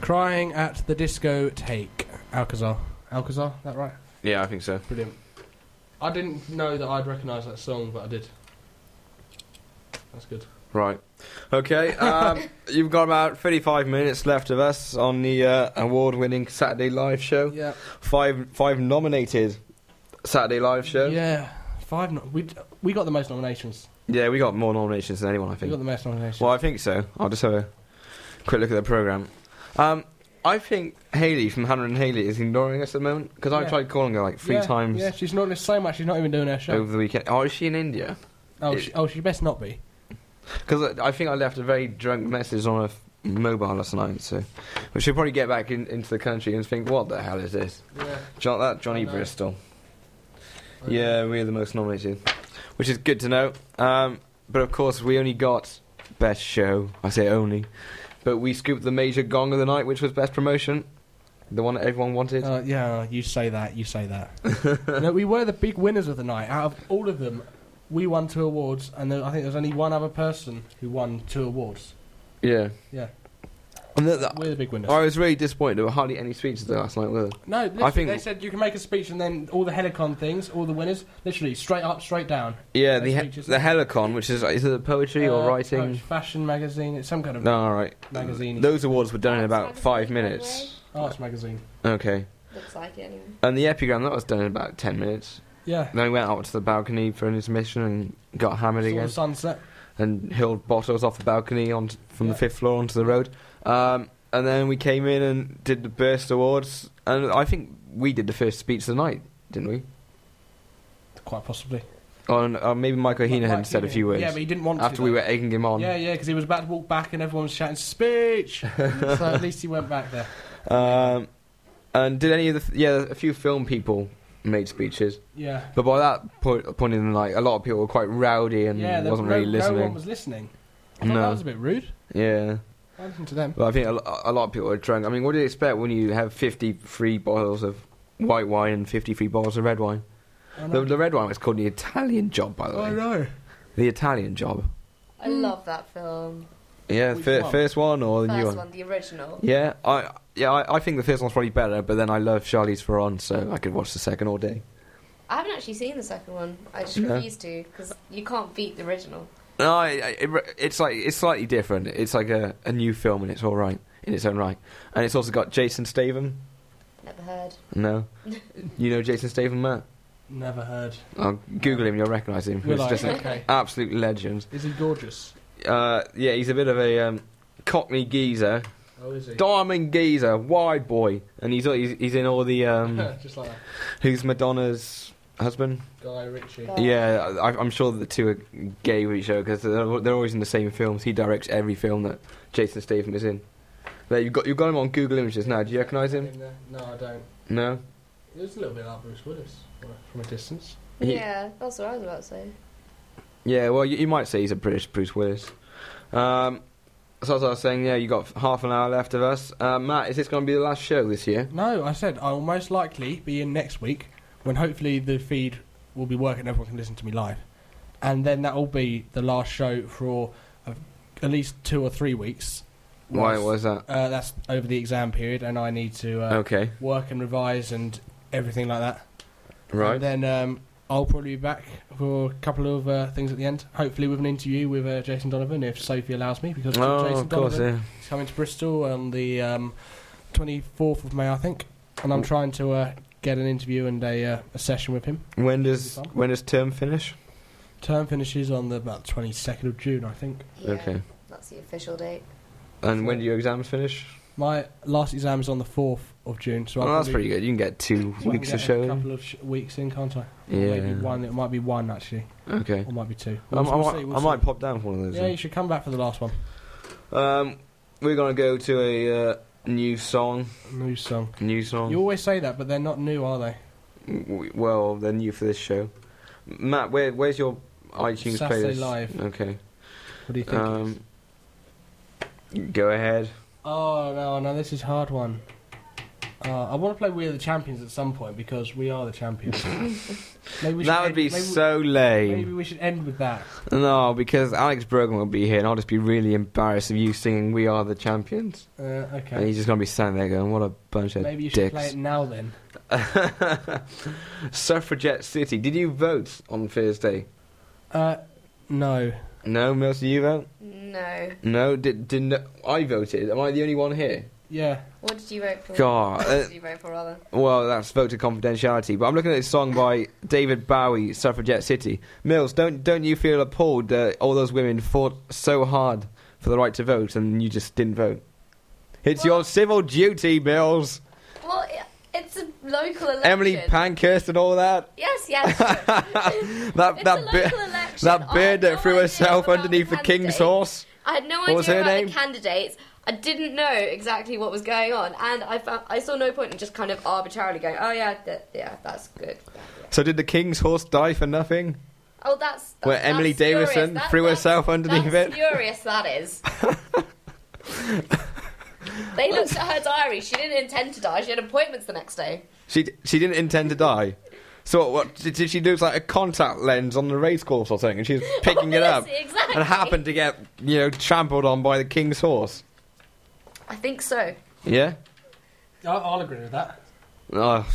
[SPEAKER 4] Crying at the disco take. Alcazar. Alcazar, that right?
[SPEAKER 6] Yeah, I think so.
[SPEAKER 4] Brilliant. I didn't know that I'd recognise that song, but I did. That's good.
[SPEAKER 6] Right. Okay. Um, you've got about 35 minutes left of us on the uh, award-winning Saturday Live show.
[SPEAKER 4] Yeah.
[SPEAKER 6] Five five nominated Saturday Live show.
[SPEAKER 4] Yeah. Five. No- we we got the most nominations.
[SPEAKER 6] Yeah, we got more nominations than anyone, I
[SPEAKER 4] We
[SPEAKER 6] think.
[SPEAKER 4] got the most nominations.
[SPEAKER 6] Well, I think so. I'll just have a quick look at the program. Um, I think Haley from Hannah and Haley is ignoring us at the moment because I've
[SPEAKER 4] Yeah.
[SPEAKER 6] tried calling her like three
[SPEAKER 4] Yeah,
[SPEAKER 6] times
[SPEAKER 4] Yeah, she's not so much. She's not even doing her show.
[SPEAKER 6] over the weekend. Oh, is she in India?
[SPEAKER 4] Oh,
[SPEAKER 6] it-
[SPEAKER 4] she, oh, she best not be.
[SPEAKER 6] Because I think I left a very drunk message on her f- mobile last night, so but she'll probably get back in, into the country and think, "What the hell is this?"
[SPEAKER 4] Yeah.
[SPEAKER 6] John, that Johnny
[SPEAKER 4] I know.
[SPEAKER 6] Bristol. Yeah, we're the most nominated, which is good to know. Um, but of course, we only got best show. I say only, but we scooped the major gong of the night, which was best promotion, the one that everyone wanted.
[SPEAKER 4] Uh, yeah, you say that. You say that. no, we were the big winners of the night. Out of all of them, we won two awards, and there, I think there's only one other person who won two awards.
[SPEAKER 6] yeah,
[SPEAKER 4] Yeah,
[SPEAKER 6] and the, the-
[SPEAKER 4] we're the big winners.
[SPEAKER 6] I was really disappointed. There were hardly any speeches there last night, were there?
[SPEAKER 4] No, literally,
[SPEAKER 6] think-
[SPEAKER 4] they said you can make a speech, and then all the helicon things, all the winners, literally straight up, straight down.
[SPEAKER 6] Yeah,
[SPEAKER 4] No
[SPEAKER 6] the he-
[SPEAKER 4] speeches.
[SPEAKER 6] the helicon, which is is it poetry or
[SPEAKER 4] Uh,
[SPEAKER 6] writing?
[SPEAKER 4] Coach fashion magazine. It's some kind of
[SPEAKER 6] No, all right.
[SPEAKER 4] Magazine.
[SPEAKER 6] Those awards were done in about
[SPEAKER 5] Magazine,
[SPEAKER 6] five
[SPEAKER 5] by the
[SPEAKER 6] minutes.
[SPEAKER 4] arts magazine.
[SPEAKER 6] Okay.
[SPEAKER 5] Looks like it anyway.
[SPEAKER 6] And the epigram that was done in about ten minutes.
[SPEAKER 4] Yeah.
[SPEAKER 6] Then we went out to the balcony for an intermission and got hammered
[SPEAKER 4] Saw
[SPEAKER 6] again
[SPEAKER 4] the sunset.
[SPEAKER 6] and hurled bottles off the balcony on from
[SPEAKER 4] Yeah.
[SPEAKER 6] the fifth floor onto the road. Um, and then we came in and did the burst awards. And I think we did the first speech of the night, didn't we?
[SPEAKER 4] Quite possibly.
[SPEAKER 6] Or, or maybe Michael Heenan
[SPEAKER 4] Like,
[SPEAKER 6] had said a few words
[SPEAKER 4] Yeah, but he didn't want
[SPEAKER 6] after
[SPEAKER 4] to.
[SPEAKER 6] we
[SPEAKER 4] though.
[SPEAKER 6] were egging him on.
[SPEAKER 4] Yeah, yeah, because he was about to walk back and everyone was shouting, speech! so at least he went back there.
[SPEAKER 6] Um, and did any of the yeah a few film people made speeches?
[SPEAKER 4] Yeah.
[SPEAKER 6] But by that point, point in the night, a lot of people were quite rowdy and
[SPEAKER 4] yeah, there-
[SPEAKER 6] Mm, wasn't
[SPEAKER 4] no,
[SPEAKER 6] really listening.
[SPEAKER 4] No one was listening. I thought
[SPEAKER 6] No.
[SPEAKER 4] that was a bit rude.
[SPEAKER 6] yeah.
[SPEAKER 4] I listened to them.
[SPEAKER 6] Well, I think a, lo- a lot of people are drunk. I mean, what do you expect when you have 53 bottles of white wine and 53 bottles of red wine?
[SPEAKER 4] I
[SPEAKER 6] The,
[SPEAKER 4] know.
[SPEAKER 6] the red wine was called the Italian Job, by the way.
[SPEAKER 4] know.
[SPEAKER 6] The Italian Job.
[SPEAKER 5] I love that film.
[SPEAKER 6] Yeah,
[SPEAKER 4] Which
[SPEAKER 6] fir-
[SPEAKER 4] one?
[SPEAKER 6] first one or the new
[SPEAKER 5] First
[SPEAKER 6] one?
[SPEAKER 5] one, the original.
[SPEAKER 6] Yeah, I yeah I, I think the first one's probably better, but then I love Charlize Theron, so I could watch the second all day.
[SPEAKER 5] I haven't actually seen the second one. I just
[SPEAKER 6] No.
[SPEAKER 5] refuse to because you can't beat the original.
[SPEAKER 6] No, I, I, it, re- it's like it's slightly different. It's like a, a new film, and it's all right in its own right. And it's also got Jason Statham.
[SPEAKER 5] Never heard.
[SPEAKER 6] No, you know Jason Statham, Matt.
[SPEAKER 4] Never heard.
[SPEAKER 6] I'll Google him, you'll recognise him.
[SPEAKER 4] Will
[SPEAKER 6] He's
[SPEAKER 4] I?
[SPEAKER 6] just an
[SPEAKER 4] Okay.
[SPEAKER 6] absolute legend.
[SPEAKER 4] Is he gorgeous?
[SPEAKER 6] Uh, yeah, he's a bit of a um, Cockney geezer,
[SPEAKER 4] Oh, is he?
[SPEAKER 6] diamond geezer, wide boy, and he's he's, he's in all the um,
[SPEAKER 4] Just like that.
[SPEAKER 6] who's Madonna's husband.
[SPEAKER 4] Guy Ritchie.
[SPEAKER 5] Guy-
[SPEAKER 6] Yeah, I, I'm sure that the two are gay with each other because they're, they're always in the same films. He directs every film that Jason Statham is in. There, you've got you've got him on Google Images now. Do you recognise him?
[SPEAKER 4] In there? No, I don't.
[SPEAKER 6] No.
[SPEAKER 4] It was a little bit like Bruce Willis from a- from a distance.
[SPEAKER 6] He-
[SPEAKER 5] Yeah, that's what I was about to say.
[SPEAKER 6] Yeah. Well, you, you might say he's a British Bruce Willis. Um, so as I was saying, yeah, you got half an hour left of us. Uh, Matt, is this going to be the last show this year?
[SPEAKER 4] No, I said I will most likely be in next week when hopefully the feed will be working. Everyone can listen to me live, and then that will be the last show for uh, at least two or three weeks.
[SPEAKER 6] Why
[SPEAKER 4] Whilst-
[SPEAKER 6] was that?
[SPEAKER 4] Uh, that's over the exam period, and I need to uh,
[SPEAKER 6] Okay.
[SPEAKER 4] work and revise and everything like that.
[SPEAKER 6] Right.
[SPEAKER 4] And then um, I'll probably be back for a couple of uh, things at the end. Hopefully with an interview with uh, Jason Donovan, if Sophie allows me, because
[SPEAKER 6] Oh,
[SPEAKER 4] Jason
[SPEAKER 6] of course.
[SPEAKER 4] Donovan
[SPEAKER 6] Yeah.
[SPEAKER 4] is coming to Bristol on the um, 24th of May, I think. And I'm trying to uh, get an interview and a, uh, a session with him.
[SPEAKER 6] When does
[SPEAKER 4] Fun.
[SPEAKER 6] when does term finish?
[SPEAKER 4] Term finishes on the about 22nd of June, I think.
[SPEAKER 5] Yeah,
[SPEAKER 6] Okay.
[SPEAKER 5] That's the official date.
[SPEAKER 6] And when do your exams finish?
[SPEAKER 4] My last exam is on the 4th of June, so I'll
[SPEAKER 6] Well, Oh, that's
[SPEAKER 4] probably-
[SPEAKER 6] pretty good. You can get two
[SPEAKER 4] so I can
[SPEAKER 6] weeks
[SPEAKER 4] get
[SPEAKER 6] of show.
[SPEAKER 4] A
[SPEAKER 6] in.
[SPEAKER 4] couple of sh- weeks in, can't I? Or
[SPEAKER 6] Yeah.
[SPEAKER 4] Maybe one. It might be one actually,
[SPEAKER 6] Okay.
[SPEAKER 4] or might be 2
[SPEAKER 6] Um, I,
[SPEAKER 4] We'll
[SPEAKER 6] might,
[SPEAKER 4] see, we'll
[SPEAKER 6] I
[SPEAKER 4] see.
[SPEAKER 6] might pop down for one of those.
[SPEAKER 4] Yeah, you should come back for the last one.
[SPEAKER 6] then. Um, we're gonna go to a uh, new song.
[SPEAKER 4] New song.
[SPEAKER 6] New song.
[SPEAKER 4] You always say that, but they're not new, are they?
[SPEAKER 6] W- well, they're new for this show. Matt, where, where's your iTunes
[SPEAKER 4] Saturday
[SPEAKER 6] playlist?
[SPEAKER 4] Live.
[SPEAKER 6] Okay.
[SPEAKER 4] What do you think? it is?
[SPEAKER 6] Um, go ahead.
[SPEAKER 4] oh no, no, this is a hard one. Uh, I want to play We Are the Champions at some point because we are the champions. maybe we should
[SPEAKER 6] That would
[SPEAKER 4] end-
[SPEAKER 6] be
[SPEAKER 4] maybe we-
[SPEAKER 6] so
[SPEAKER 4] Maybe
[SPEAKER 6] lame.
[SPEAKER 4] we should end with that.
[SPEAKER 6] No, because Alex Bergman will be here, and I'll just be really embarrassed of you singing "We Are the Champions,"
[SPEAKER 4] Uh,
[SPEAKER 6] and
[SPEAKER 4] okay.
[SPEAKER 6] he's just gonna be standing there going, "What a bunch of
[SPEAKER 4] Maybe you should
[SPEAKER 6] dicks."
[SPEAKER 4] play it now then.
[SPEAKER 6] Suffragette City. Did you vote on Thursday?
[SPEAKER 4] Uh, no.
[SPEAKER 6] No, Mills, did you vote?
[SPEAKER 5] No.
[SPEAKER 6] No, did, didn't I voted? Am I the only one here?
[SPEAKER 4] Yeah.
[SPEAKER 5] What did you vote for?
[SPEAKER 6] God,
[SPEAKER 5] What
[SPEAKER 6] uh,
[SPEAKER 5] did you vote for, rather?
[SPEAKER 6] well, that's vote to confidentiality. But I'm looking at this song by David Bowie, Suffragette City. Mills, don't don't you feel appalled that all those women fought so hard for the right to vote and you just didn't vote? It's your civil duty, Mills.
[SPEAKER 5] Well, i- it's a local election.
[SPEAKER 6] Emily Pankhurst and all that.
[SPEAKER 5] Yes, yes. sure.
[SPEAKER 6] That
[SPEAKER 5] It's a
[SPEAKER 6] that
[SPEAKER 5] local
[SPEAKER 6] bi-
[SPEAKER 5] election. I
[SPEAKER 6] that
[SPEAKER 5] had
[SPEAKER 6] beard
[SPEAKER 5] no
[SPEAKER 6] that threw
[SPEAKER 5] idea
[SPEAKER 6] herself
[SPEAKER 5] about
[SPEAKER 6] underneath the king's
[SPEAKER 5] candidates.
[SPEAKER 6] horse.
[SPEAKER 5] I had no
[SPEAKER 6] What
[SPEAKER 5] idea
[SPEAKER 6] was her
[SPEAKER 5] about
[SPEAKER 6] name?
[SPEAKER 5] the candidates. I didn't know exactly what was going on, and I found I saw no point in just kind of arbitrarily going, "Oh yeah, th- yeah, that's good." Yeah, yeah."
[SPEAKER 6] So did the king's horse die for nothing?
[SPEAKER 5] Oh, that's, that's
[SPEAKER 6] Where Emily
[SPEAKER 5] that's
[SPEAKER 6] Davison
[SPEAKER 5] furious. That-
[SPEAKER 6] threw
[SPEAKER 5] that's-
[SPEAKER 6] herself underneath
[SPEAKER 5] that's
[SPEAKER 6] it.
[SPEAKER 5] Furious, that is. they looked at her diary. She didn't intend to die. She had appointments the next day.
[SPEAKER 6] She she didn't intend to die. So what did did she lose like a contact lens on the racecourse or something, and she was
[SPEAKER 5] Oh,
[SPEAKER 6] picking it up
[SPEAKER 5] Obviously, exactly.
[SPEAKER 6] and happened to get you know trampled on by the king's horse.
[SPEAKER 5] I think so.
[SPEAKER 6] Yeah,
[SPEAKER 4] I'll, I'll agree with that.
[SPEAKER 6] Ugh.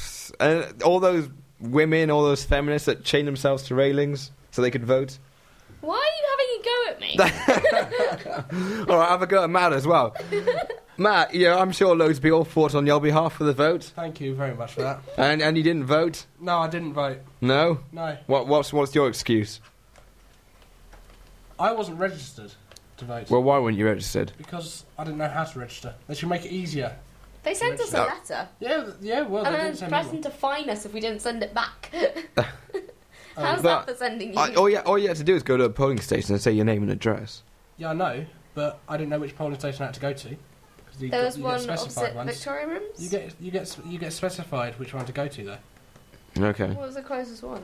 [SPEAKER 6] and all those women, all those feminists that chain themselves to railings so they could vote.
[SPEAKER 5] Why are you having a go at me?
[SPEAKER 6] All right, have a go at Matt as well. Matt, you know, I'm sure loads of people fought on your behalf for the vote,
[SPEAKER 4] Thank you very much for that.
[SPEAKER 6] and and you didn't vote.
[SPEAKER 4] No, I didn't vote.
[SPEAKER 6] No,
[SPEAKER 4] No,
[SPEAKER 6] what what's what's your excuse?
[SPEAKER 4] I wasn't registered to vote.
[SPEAKER 6] Well, why weren't you registered?
[SPEAKER 4] Because I didn't know how to register. They should make it easier.
[SPEAKER 5] they sent us a
[SPEAKER 6] No.
[SPEAKER 5] letter.
[SPEAKER 4] Yeah, th- yeah. Well, Oh, they
[SPEAKER 5] and
[SPEAKER 4] didn't
[SPEAKER 5] then
[SPEAKER 4] send me one.
[SPEAKER 5] threatened to fine us if we didn't send it back. How's
[SPEAKER 6] Oh, But-
[SPEAKER 5] that for sending you?
[SPEAKER 6] I, all, you, all you had to do is go to a polling station and say your name and address.
[SPEAKER 4] Yeah, I know, but I didn't know which polling station I had to go to because because you,
[SPEAKER 5] There
[SPEAKER 4] got-
[SPEAKER 5] was
[SPEAKER 4] you get
[SPEAKER 5] one
[SPEAKER 4] specified
[SPEAKER 5] opposite
[SPEAKER 4] ones.
[SPEAKER 5] Victoria Rooms.
[SPEAKER 4] You get you get you get specified which one to go to though.
[SPEAKER 6] Okay.
[SPEAKER 5] what was the closest one?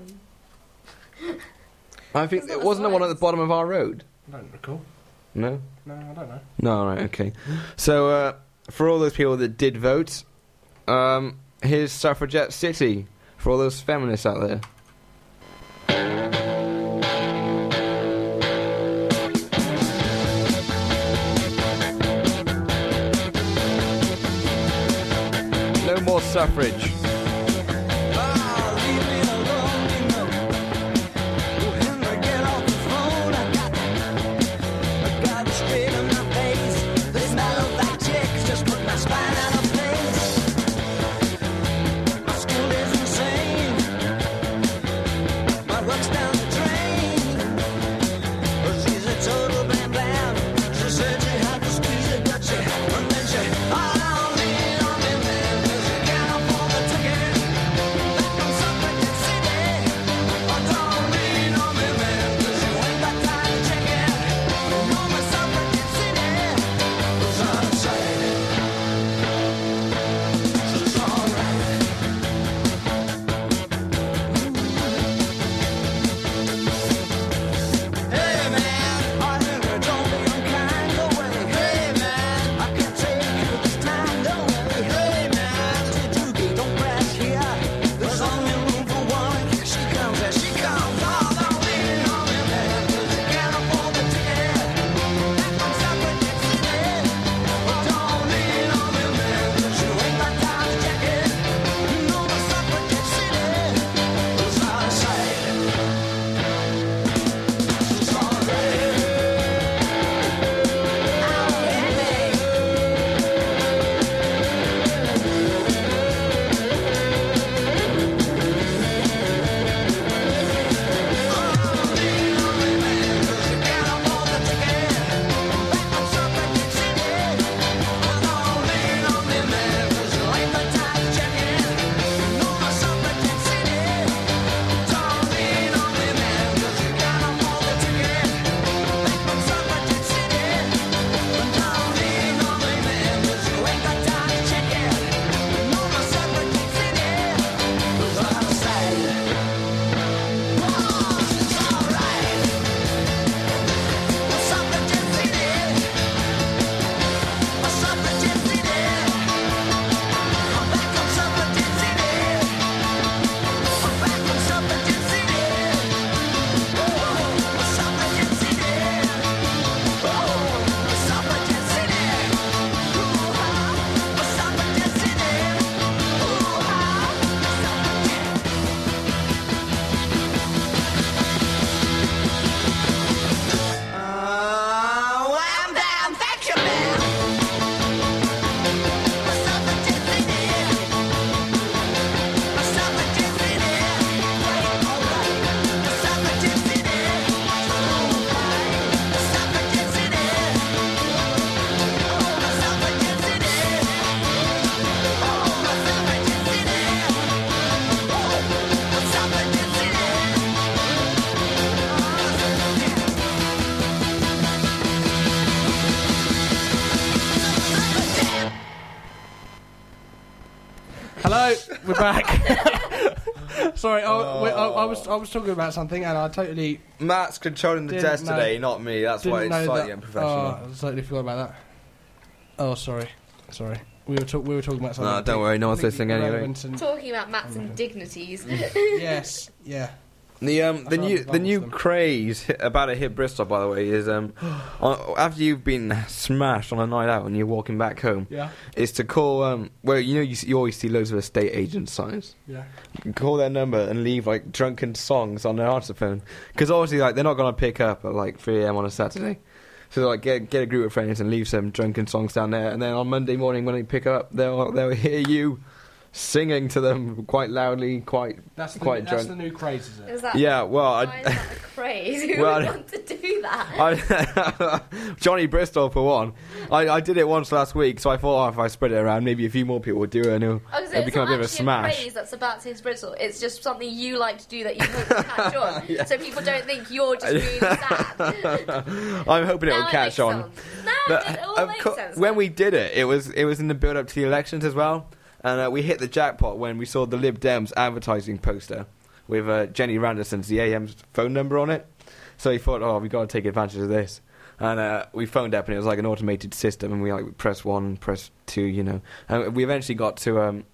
[SPEAKER 6] I think
[SPEAKER 5] That's not
[SPEAKER 6] it wasn't the one at
[SPEAKER 5] nice.
[SPEAKER 6] the bottom of our road.
[SPEAKER 4] I don't recall.
[SPEAKER 6] No.
[SPEAKER 4] No, I don't know.
[SPEAKER 6] No. All right. Okay. So uh, for all those people that did vote, um, here's Suffragette City for all those feminists out there. No more suffrage.
[SPEAKER 3] Oh,
[SPEAKER 4] Hello, we're back. Sorry, I,
[SPEAKER 6] Oh.
[SPEAKER 4] we- I, I was I was talking about something and I totally
[SPEAKER 6] Matt's controlling the
[SPEAKER 4] Didn't
[SPEAKER 6] desk
[SPEAKER 4] know-
[SPEAKER 6] today, not me. That's
[SPEAKER 4] didn't
[SPEAKER 6] why it's
[SPEAKER 4] know
[SPEAKER 6] slightly
[SPEAKER 4] that.
[SPEAKER 6] unprofessional.
[SPEAKER 4] Oh, I totally forgot about that. Oh, sorry, sorry. We were talk- we were talking about something.
[SPEAKER 6] No, don't worry, no one's
[SPEAKER 4] completely
[SPEAKER 6] listening anyway.
[SPEAKER 4] irrelevant and-
[SPEAKER 5] Talking about Matt's
[SPEAKER 4] Oh,
[SPEAKER 5] indignities.
[SPEAKER 4] Mm. yes, yeah.
[SPEAKER 6] The um
[SPEAKER 4] I
[SPEAKER 6] the
[SPEAKER 4] thought
[SPEAKER 6] new
[SPEAKER 4] that
[SPEAKER 6] the
[SPEAKER 4] was
[SPEAKER 6] new
[SPEAKER 4] them.
[SPEAKER 6] craze hi- about it here at Bristol, by the way, is um on- after you've been smashed on a night out and you're walking back home,
[SPEAKER 4] Yeah,
[SPEAKER 6] is to call um well you know you, s- you always see loads of estate agent signs.
[SPEAKER 4] yeah.
[SPEAKER 6] Call their number and leave like drunken songs on their answer phone because obviously like they're not gonna pick up at like 3 a.m. on a Saturday. So like get get a group of friends and leave some drunken songs down there, and then on Monday morning when they pick up, they'll they'll hear you singing to them quite loudly, quite
[SPEAKER 4] That's the,
[SPEAKER 6] Quite
[SPEAKER 4] that's
[SPEAKER 6] drunk.
[SPEAKER 4] the new craze, is it?
[SPEAKER 5] Is that
[SPEAKER 6] yeah. Well,
[SPEAKER 5] Why
[SPEAKER 6] I,
[SPEAKER 5] is that a craze? Who
[SPEAKER 6] Well,
[SPEAKER 5] would
[SPEAKER 6] I-
[SPEAKER 5] want to do that? Oh,
[SPEAKER 6] I, Johnny Bristol for one. I, I did it once last week, so I thought oh, if I spread it around, maybe a few more people would do it, and it'll,
[SPEAKER 5] I
[SPEAKER 6] it'll
[SPEAKER 5] was gonna say, Oh, it's
[SPEAKER 6] become a
[SPEAKER 5] not
[SPEAKER 6] bit of a
[SPEAKER 5] actually
[SPEAKER 6] smash.
[SPEAKER 5] craze that's about to bristle. It's just something you like to do that you hope to catch on, so people don't think you're just really sad.
[SPEAKER 6] I'm hoping it
[SPEAKER 5] Now
[SPEAKER 6] will
[SPEAKER 5] it
[SPEAKER 6] catch
[SPEAKER 5] makes
[SPEAKER 6] on.
[SPEAKER 5] sense. Now it all makes
[SPEAKER 6] cour-
[SPEAKER 5] sense
[SPEAKER 6] when
[SPEAKER 5] now.
[SPEAKER 6] we did it, it was it was in the build up to the elections as well, and uh, we hit the jackpot when we saw the Lib Dems advertising poster with uh, Jenny Randerson's the AM's phone number on it. So he thought, oh, we got to take advantage of this, and uh, we phoned up, and it was like an automated system, and we like press one, press two, you know, and we eventually got to. Um,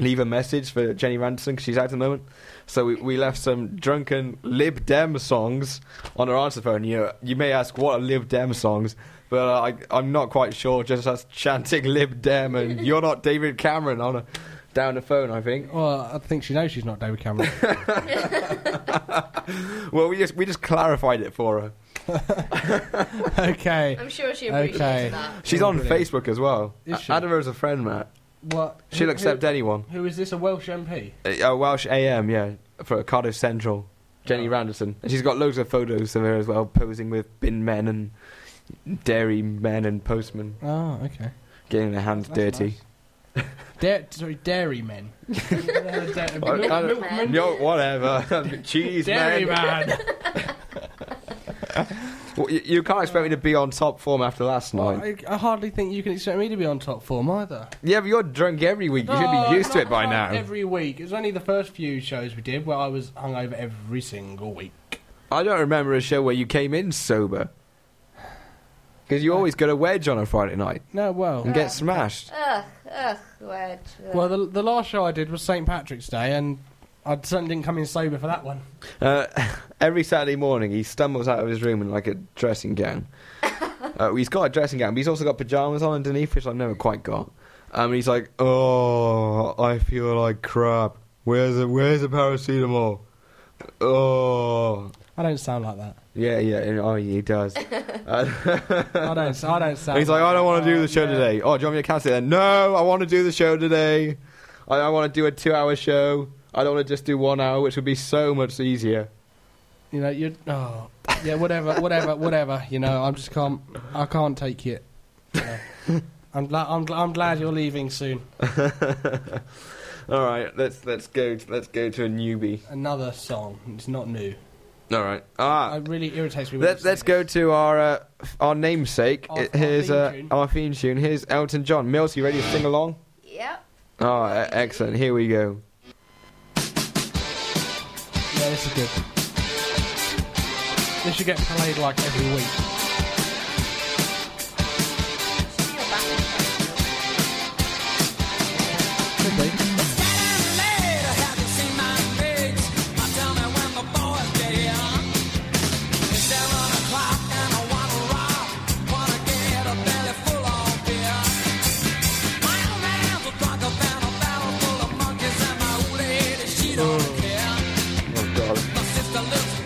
[SPEAKER 6] Leave a message for Jenny Randerson because she's out at the moment. So we, we left some drunken Lib Dem songs on her answer phone. You you may ask what are Lib Dem songs, but uh, I I'm not quite sure. Just us chanting Lib Dem and you're not David Cameron on a, down the phone. I think.
[SPEAKER 4] Well, I think she knows she's not David Cameron.
[SPEAKER 6] Well, we just we just clarified it for her.
[SPEAKER 4] okay.
[SPEAKER 5] I'm sure she appreciated
[SPEAKER 4] Okay.
[SPEAKER 5] that.
[SPEAKER 6] She's
[SPEAKER 4] Oh,
[SPEAKER 6] on
[SPEAKER 4] brilliant.
[SPEAKER 6] Facebook as well.
[SPEAKER 4] Is
[SPEAKER 6] A-
[SPEAKER 4] she?
[SPEAKER 6] Add her as a friend, Matt.
[SPEAKER 4] What?
[SPEAKER 6] She'll
[SPEAKER 4] who-
[SPEAKER 6] accept anyone.
[SPEAKER 4] Who is this? A Welsh MP?
[SPEAKER 6] Uh, uh, Welsh AM, yeah, for Cardiff Central.
[SPEAKER 4] Oh.
[SPEAKER 6] Jenny Randerson. And she's got loads of photos of her as well, posing with bin men and dairy men and postmen,
[SPEAKER 4] Oh, okay.
[SPEAKER 6] getting their hands
[SPEAKER 4] That's
[SPEAKER 6] dirty.
[SPEAKER 4] nice. Da- sorry, dairy men.
[SPEAKER 6] I- I don't-
[SPEAKER 5] Milkman.
[SPEAKER 6] No, uh, whatever. Cheese,
[SPEAKER 4] Dairy
[SPEAKER 6] man.
[SPEAKER 4] man.
[SPEAKER 6] Well, you, you can't expect me to be on top form after last
[SPEAKER 4] Well,
[SPEAKER 6] night.
[SPEAKER 4] I, I hardly think you can expect me to be on top form either.
[SPEAKER 6] Yeah, but you're drunk every week. You should
[SPEAKER 4] No,
[SPEAKER 6] be used to
[SPEAKER 4] not
[SPEAKER 6] it by
[SPEAKER 4] drunk
[SPEAKER 6] now.
[SPEAKER 4] Every week. It was only the first few shows we did where I was hungover every single week.
[SPEAKER 6] I don't remember a show where you came in sober. Because you always got a wedge on a Friday night
[SPEAKER 4] No, well.
[SPEAKER 6] and get smashed.
[SPEAKER 5] Ugh, ugh, wedge. ugh.
[SPEAKER 4] Well, the, the last show I did was St. Patrick's Day, and I certainly didn't come in sober for that one.
[SPEAKER 6] Uh, every Saturday morning, he stumbles out of his room in like a dressing gown. uh, he's got a dressing gown, but he's also got pajamas on underneath, which I've never quite got. Um, and he's like, "Oh, I feel like crap. Where's the Where's the paracetamol? Oh,
[SPEAKER 4] I don't sound like that.
[SPEAKER 6] yeah, yeah. and- Oh, he does." Uh,
[SPEAKER 4] I don't. I don't
[SPEAKER 6] And
[SPEAKER 4] sound.
[SPEAKER 6] he's like, I don't want to do
[SPEAKER 4] Oh,
[SPEAKER 6] the show
[SPEAKER 4] yeah.
[SPEAKER 6] today. Oh, do you want me to cancel it? Then? No, I want to do the show today. I, I want to do a two-hour show. I don't want to just do one hour, which would be so much easier.
[SPEAKER 4] You know, you. Oh, yeah. Whatever. Whatever. whatever. You know, I'm just can't. I can't take it. You know. I'm glad. I'm, gl- I'm glad you're leaving soon.
[SPEAKER 6] All right, let's let's go to, let's go to a newbie.
[SPEAKER 4] Another song. It's not new.
[SPEAKER 6] All right,
[SPEAKER 4] I
[SPEAKER 6] ah,
[SPEAKER 4] really irritates me. when you
[SPEAKER 6] let's
[SPEAKER 4] say
[SPEAKER 6] let's
[SPEAKER 4] this.
[SPEAKER 6] go to our uh, f- our namesake.
[SPEAKER 4] Our-
[SPEAKER 6] It-
[SPEAKER 4] our
[SPEAKER 6] Here's
[SPEAKER 4] theme
[SPEAKER 6] uh,
[SPEAKER 4] tune.
[SPEAKER 6] our theme tune. Here's Elton John. Mills, you ready to sing along?
[SPEAKER 5] Yep.
[SPEAKER 6] Oh, e- excellent. Here we go.
[SPEAKER 4] Yeah, this is good. This should get played like every week. Could be.
[SPEAKER 6] Oh God.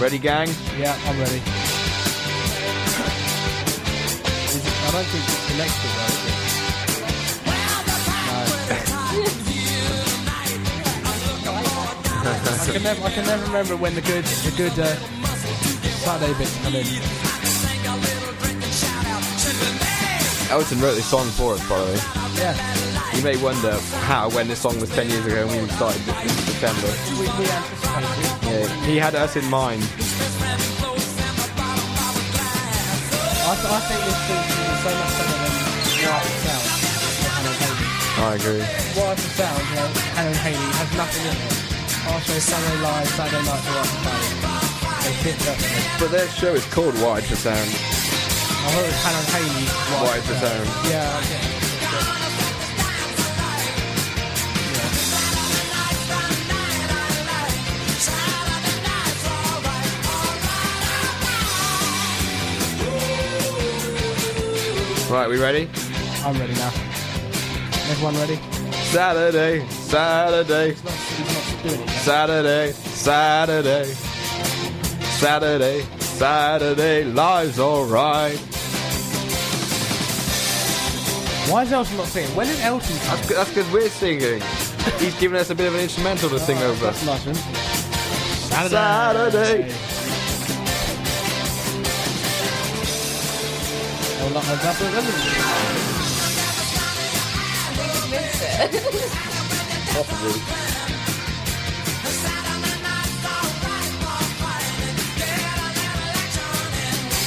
[SPEAKER 6] Ready, gang?
[SPEAKER 4] Yeah, I'm ready. Is it, I don't think it's connected though. Is it? No. I can never, I can never remember when the good, the good uh, Saturday bits come in.
[SPEAKER 6] Elton wrote this song for us, by the way.
[SPEAKER 4] Yeah,
[SPEAKER 6] You may wonder how, when this song was 10 years ago and we started this in September,
[SPEAKER 4] we, we anticipated.
[SPEAKER 6] yeah, he had us in mind.
[SPEAKER 4] I, th- I think this thing is so much better than what it sounds.
[SPEAKER 6] I agree.
[SPEAKER 4] What it sounds, you know, Hannah Haley has nothing in it. Also, Saturday Live, Saturday Night for Rock They fit perfectly.
[SPEAKER 6] But their show is called Wide for Sound.
[SPEAKER 4] I thought it was Hannah Haley.
[SPEAKER 6] Wide for Sound.
[SPEAKER 4] Yeah, I get it.
[SPEAKER 6] Right, we ready?
[SPEAKER 4] I'm ready now. Everyone ready?
[SPEAKER 6] Saturday, Saturday, Saturday, Saturday, Saturday, Saturday, life's alright.
[SPEAKER 10] Why is Elton not singing? When is Elton
[SPEAKER 6] That's c- that's because we're singing. He's giving us a bit of an instrumental to sing over.
[SPEAKER 4] That's nice, isn't it?
[SPEAKER 6] Saturday.
[SPEAKER 4] They'll lock us up, isn't it?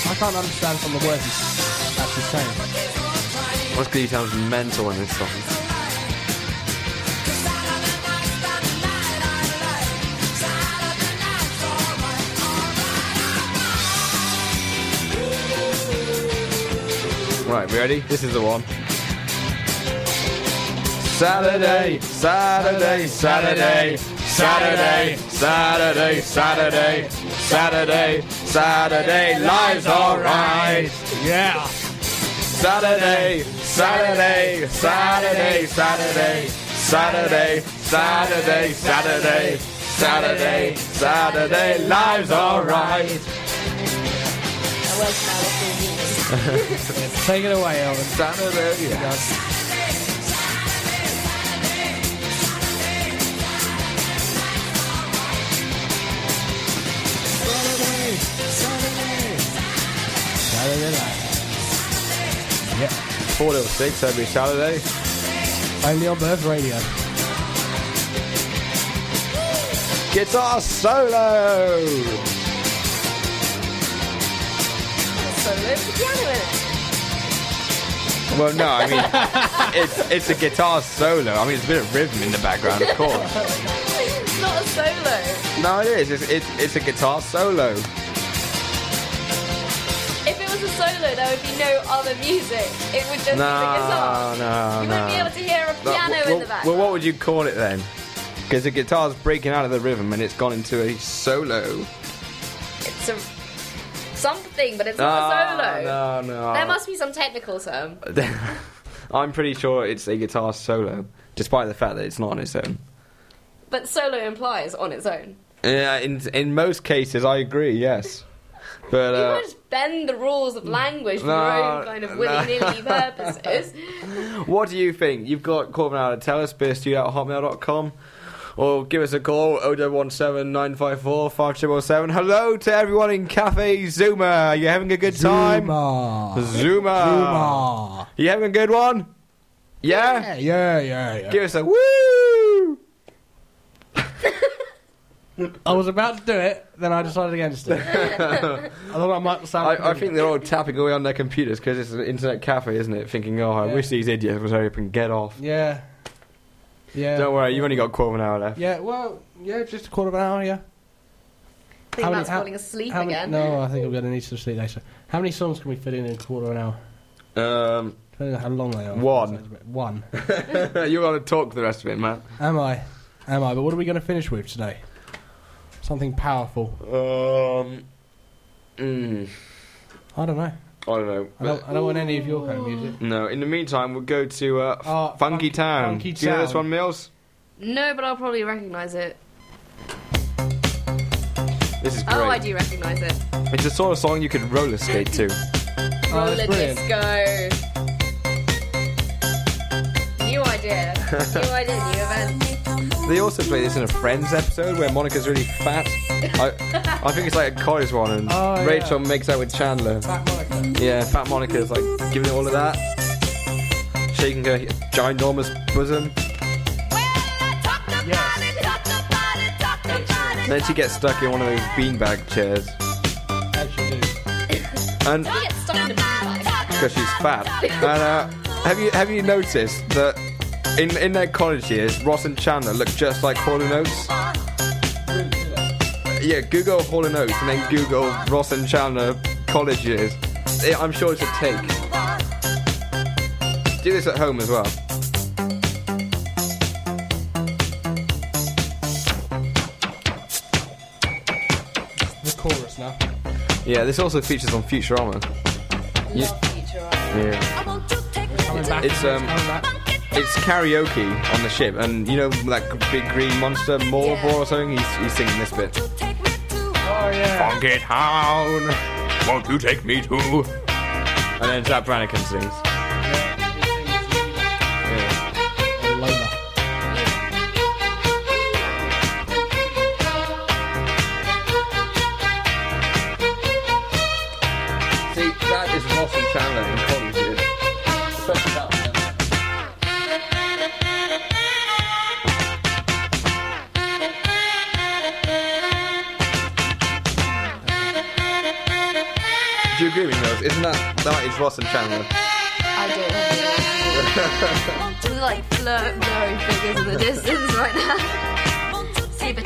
[SPEAKER 4] I can't understand some of the words he's actually saying.
[SPEAKER 6] What's Glee Town's mental in this song? Right, we ready? This is the one. Saturday, Saturday, Saturday, Saturday, Saturday, Saturday, Saturday, Saturday, life's alright.
[SPEAKER 10] Yeah.
[SPEAKER 6] Saturday, Saturday, Saturday, Saturday, Saturday, Saturday, Saturday, Saturday, Saturday, life's alright.
[SPEAKER 10] Take it away, Elton.
[SPEAKER 6] Saturday, yes. Four little six every Saturday.
[SPEAKER 4] Only on Birth Radio.
[SPEAKER 6] Guitar solo.
[SPEAKER 5] So there's the piano in it.
[SPEAKER 6] Well, no, I mean it's it's a guitar solo. I mean it's a bit of rhythm in the background, of course.
[SPEAKER 5] It's not a solo.
[SPEAKER 6] No, it is. It's it's, it's a guitar solo.
[SPEAKER 5] If it was a solo, there would be no other music. It would just be the
[SPEAKER 6] No,
[SPEAKER 5] guitar.
[SPEAKER 6] no,
[SPEAKER 5] you
[SPEAKER 6] no.
[SPEAKER 5] wouldn't be able to hear a
[SPEAKER 6] Like,
[SPEAKER 5] piano
[SPEAKER 6] wh-
[SPEAKER 5] in
[SPEAKER 6] wh-
[SPEAKER 5] the back.
[SPEAKER 6] Well, what would you call it then? Because the guitar's breaking out of the rhythm and it's gone into a solo.
[SPEAKER 5] it's a something, but it's not a solo.
[SPEAKER 6] Ah, No, no.
[SPEAKER 5] There must be some technical term.
[SPEAKER 6] I'm pretty sure it's a guitar solo, despite the fact that it's not on its own.
[SPEAKER 5] But solo implies on its own.
[SPEAKER 6] Yeah, in in most cases, I agree. Yes, but
[SPEAKER 5] You
[SPEAKER 6] uh,
[SPEAKER 5] can't just bend the rules of language for your
[SPEAKER 6] No,
[SPEAKER 5] own kind of
[SPEAKER 6] no.
[SPEAKER 5] willy-nilly purposes.
[SPEAKER 6] what do you think? You've got Corbin out of telespirstudio at hotmail.com. Or give us a call, 017 954 5007. Hello to everyone in Cafe Zuma. Are you having a good time?
[SPEAKER 4] Zuma.
[SPEAKER 6] Zuma.
[SPEAKER 4] Zuma.
[SPEAKER 6] You having a good one? Yeah?
[SPEAKER 4] Yeah, yeah, yeah. yeah.
[SPEAKER 6] Give us a woo!
[SPEAKER 4] I was about to do it, then I decided against it. I thought I might sound.
[SPEAKER 6] I, I think they're all tapping away on their computers because it's an internet cafe, isn't it? Thinking, oh, I
[SPEAKER 4] Yeah.
[SPEAKER 6] wish these idiots would hurry up and get off.
[SPEAKER 4] Yeah. Yeah.
[SPEAKER 6] Don't worry, you've only got a quarter of an hour left.
[SPEAKER 4] Yeah, well, yeah, just a quarter of an hour, yeah.
[SPEAKER 5] I think
[SPEAKER 4] How many-
[SPEAKER 5] that's
[SPEAKER 4] how-
[SPEAKER 5] falling asleep
[SPEAKER 4] How many,
[SPEAKER 5] again.
[SPEAKER 4] No, I think I'm going to need some sleep later. How many songs can we fit in in a quarter of an hour?
[SPEAKER 6] Um,
[SPEAKER 4] Depending on how long they are.
[SPEAKER 6] One.
[SPEAKER 4] One.
[SPEAKER 6] you want to talk the rest of it, man.
[SPEAKER 4] Am I? Am I? But what are we going to finish with today? Something powerful.
[SPEAKER 6] Um, mm,
[SPEAKER 4] I don't know.
[SPEAKER 6] I don't know.
[SPEAKER 4] I don't, I don't want any of your kind of music.
[SPEAKER 6] No, in the meantime, we'll go to uh, F-
[SPEAKER 4] Oh,
[SPEAKER 6] Funky
[SPEAKER 4] Funky-
[SPEAKER 6] Town.
[SPEAKER 4] Funky
[SPEAKER 6] Do you know this
[SPEAKER 4] Town.
[SPEAKER 6] one, Mills?
[SPEAKER 5] No, but I'll probably recognise it.
[SPEAKER 6] This is great.
[SPEAKER 5] Oh, I do recognise it.
[SPEAKER 6] It's the sort of song you could roller skate to.
[SPEAKER 4] Oh,
[SPEAKER 5] Roller
[SPEAKER 4] that's brilliant.
[SPEAKER 5] disco. New idea. New idea, new event.
[SPEAKER 6] They also play this in a Friends episode where Monica's really fat. I, I think it's like a college one, and
[SPEAKER 4] Oh, yeah.
[SPEAKER 6] Rachel makes out with Chandler.
[SPEAKER 4] Fat Monica.
[SPEAKER 6] Yeah, fat Monica's like giving it all of that, shaking her ginormous bosom.
[SPEAKER 4] Yes.
[SPEAKER 6] Then she gets stuck in one of those beanbag chairs,
[SPEAKER 4] Actually, do.
[SPEAKER 6] and
[SPEAKER 5] I get stuck in a bag.
[SPEAKER 6] because she's fat. And uh, have you have you noticed that in in their college years, Ross and Chandler look just like Hall and Oates? Yeah, Google Hall and Oates, and then Google Ross and Chandler college years. Yeah, I'm sure it's a take. Do this at home as well.
[SPEAKER 4] The chorus now.
[SPEAKER 6] Yeah, this also features on Futurama.
[SPEAKER 5] Love Futurama.
[SPEAKER 6] Yeah.
[SPEAKER 4] Coming back.
[SPEAKER 6] It's, um,
[SPEAKER 4] Coming back.
[SPEAKER 6] it's karaoke on the ship, and you know that g- big green monster, Morbo or something. He's, he's singing this bit.
[SPEAKER 4] Oh yeah.
[SPEAKER 6] Get down, won't you take me to? And then Zap Brannigan sings. Yeah.
[SPEAKER 4] Lola.
[SPEAKER 6] See, that is Ross and Chandler in college. dude. Especially that. one. Do you agree with me, Rose? Isn't that that is Ross and Chandler?
[SPEAKER 5] I don't know. We like flirt blurry figures in the distance right now. See, but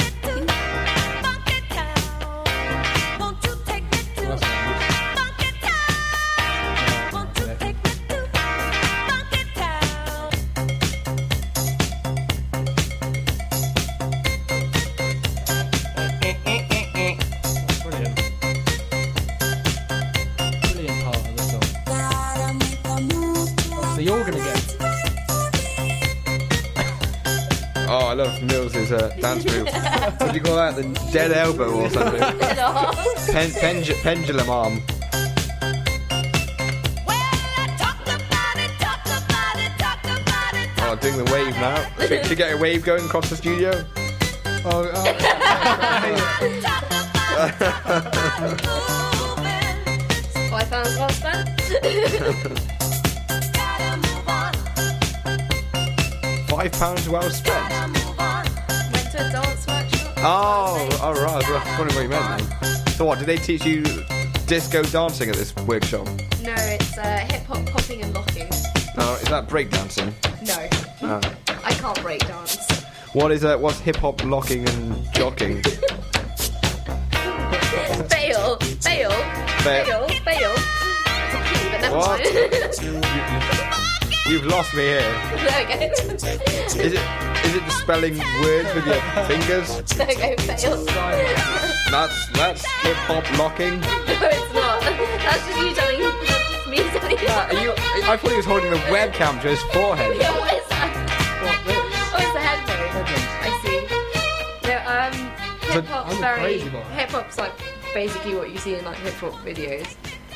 [SPEAKER 4] Brilliant. Brilliant part of the song. It's the organ again.
[SPEAKER 6] Oh, I love Nils' uh, dance move. what do you call that? The dead elbow or something? Pen- pendu- pendulum arm. Oh, doing the wave now. Should, should get a wave going across the studio. Oh, oh.
[SPEAKER 5] five pounds last man.
[SPEAKER 6] five pounds well spent.
[SPEAKER 5] Went to a dance workshop.
[SPEAKER 6] Oh, all right. I was wondering what you meant. Then. So, what did they teach you? Disco dancing at this workshop?
[SPEAKER 5] No, it's uh, hip hop, popping and locking.
[SPEAKER 6] No, is that break dancing?
[SPEAKER 5] No,
[SPEAKER 6] No.
[SPEAKER 5] I can't break dance.
[SPEAKER 6] What is uh, what's hip hop locking and jocking?
[SPEAKER 5] Fail, fail, fail, fail. It's a key, but never
[SPEAKER 6] What?
[SPEAKER 5] mind.
[SPEAKER 6] You've lost me here.
[SPEAKER 5] there we go.
[SPEAKER 6] Is it is it just spelling words with your fingers?
[SPEAKER 5] There we go, fail.
[SPEAKER 6] That's that's hip hop locking.
[SPEAKER 5] No, it's not. That's just you telling that's me telling you.
[SPEAKER 6] Are you? I thought he was holding the webcam to his forehead.
[SPEAKER 5] Yeah, what is that? Oh, it's the headphones. I see. No, um, hip hop's
[SPEAKER 4] I'm a
[SPEAKER 5] very
[SPEAKER 4] crazy boy.
[SPEAKER 5] hip hop's like basically what you see in like hip hop videos.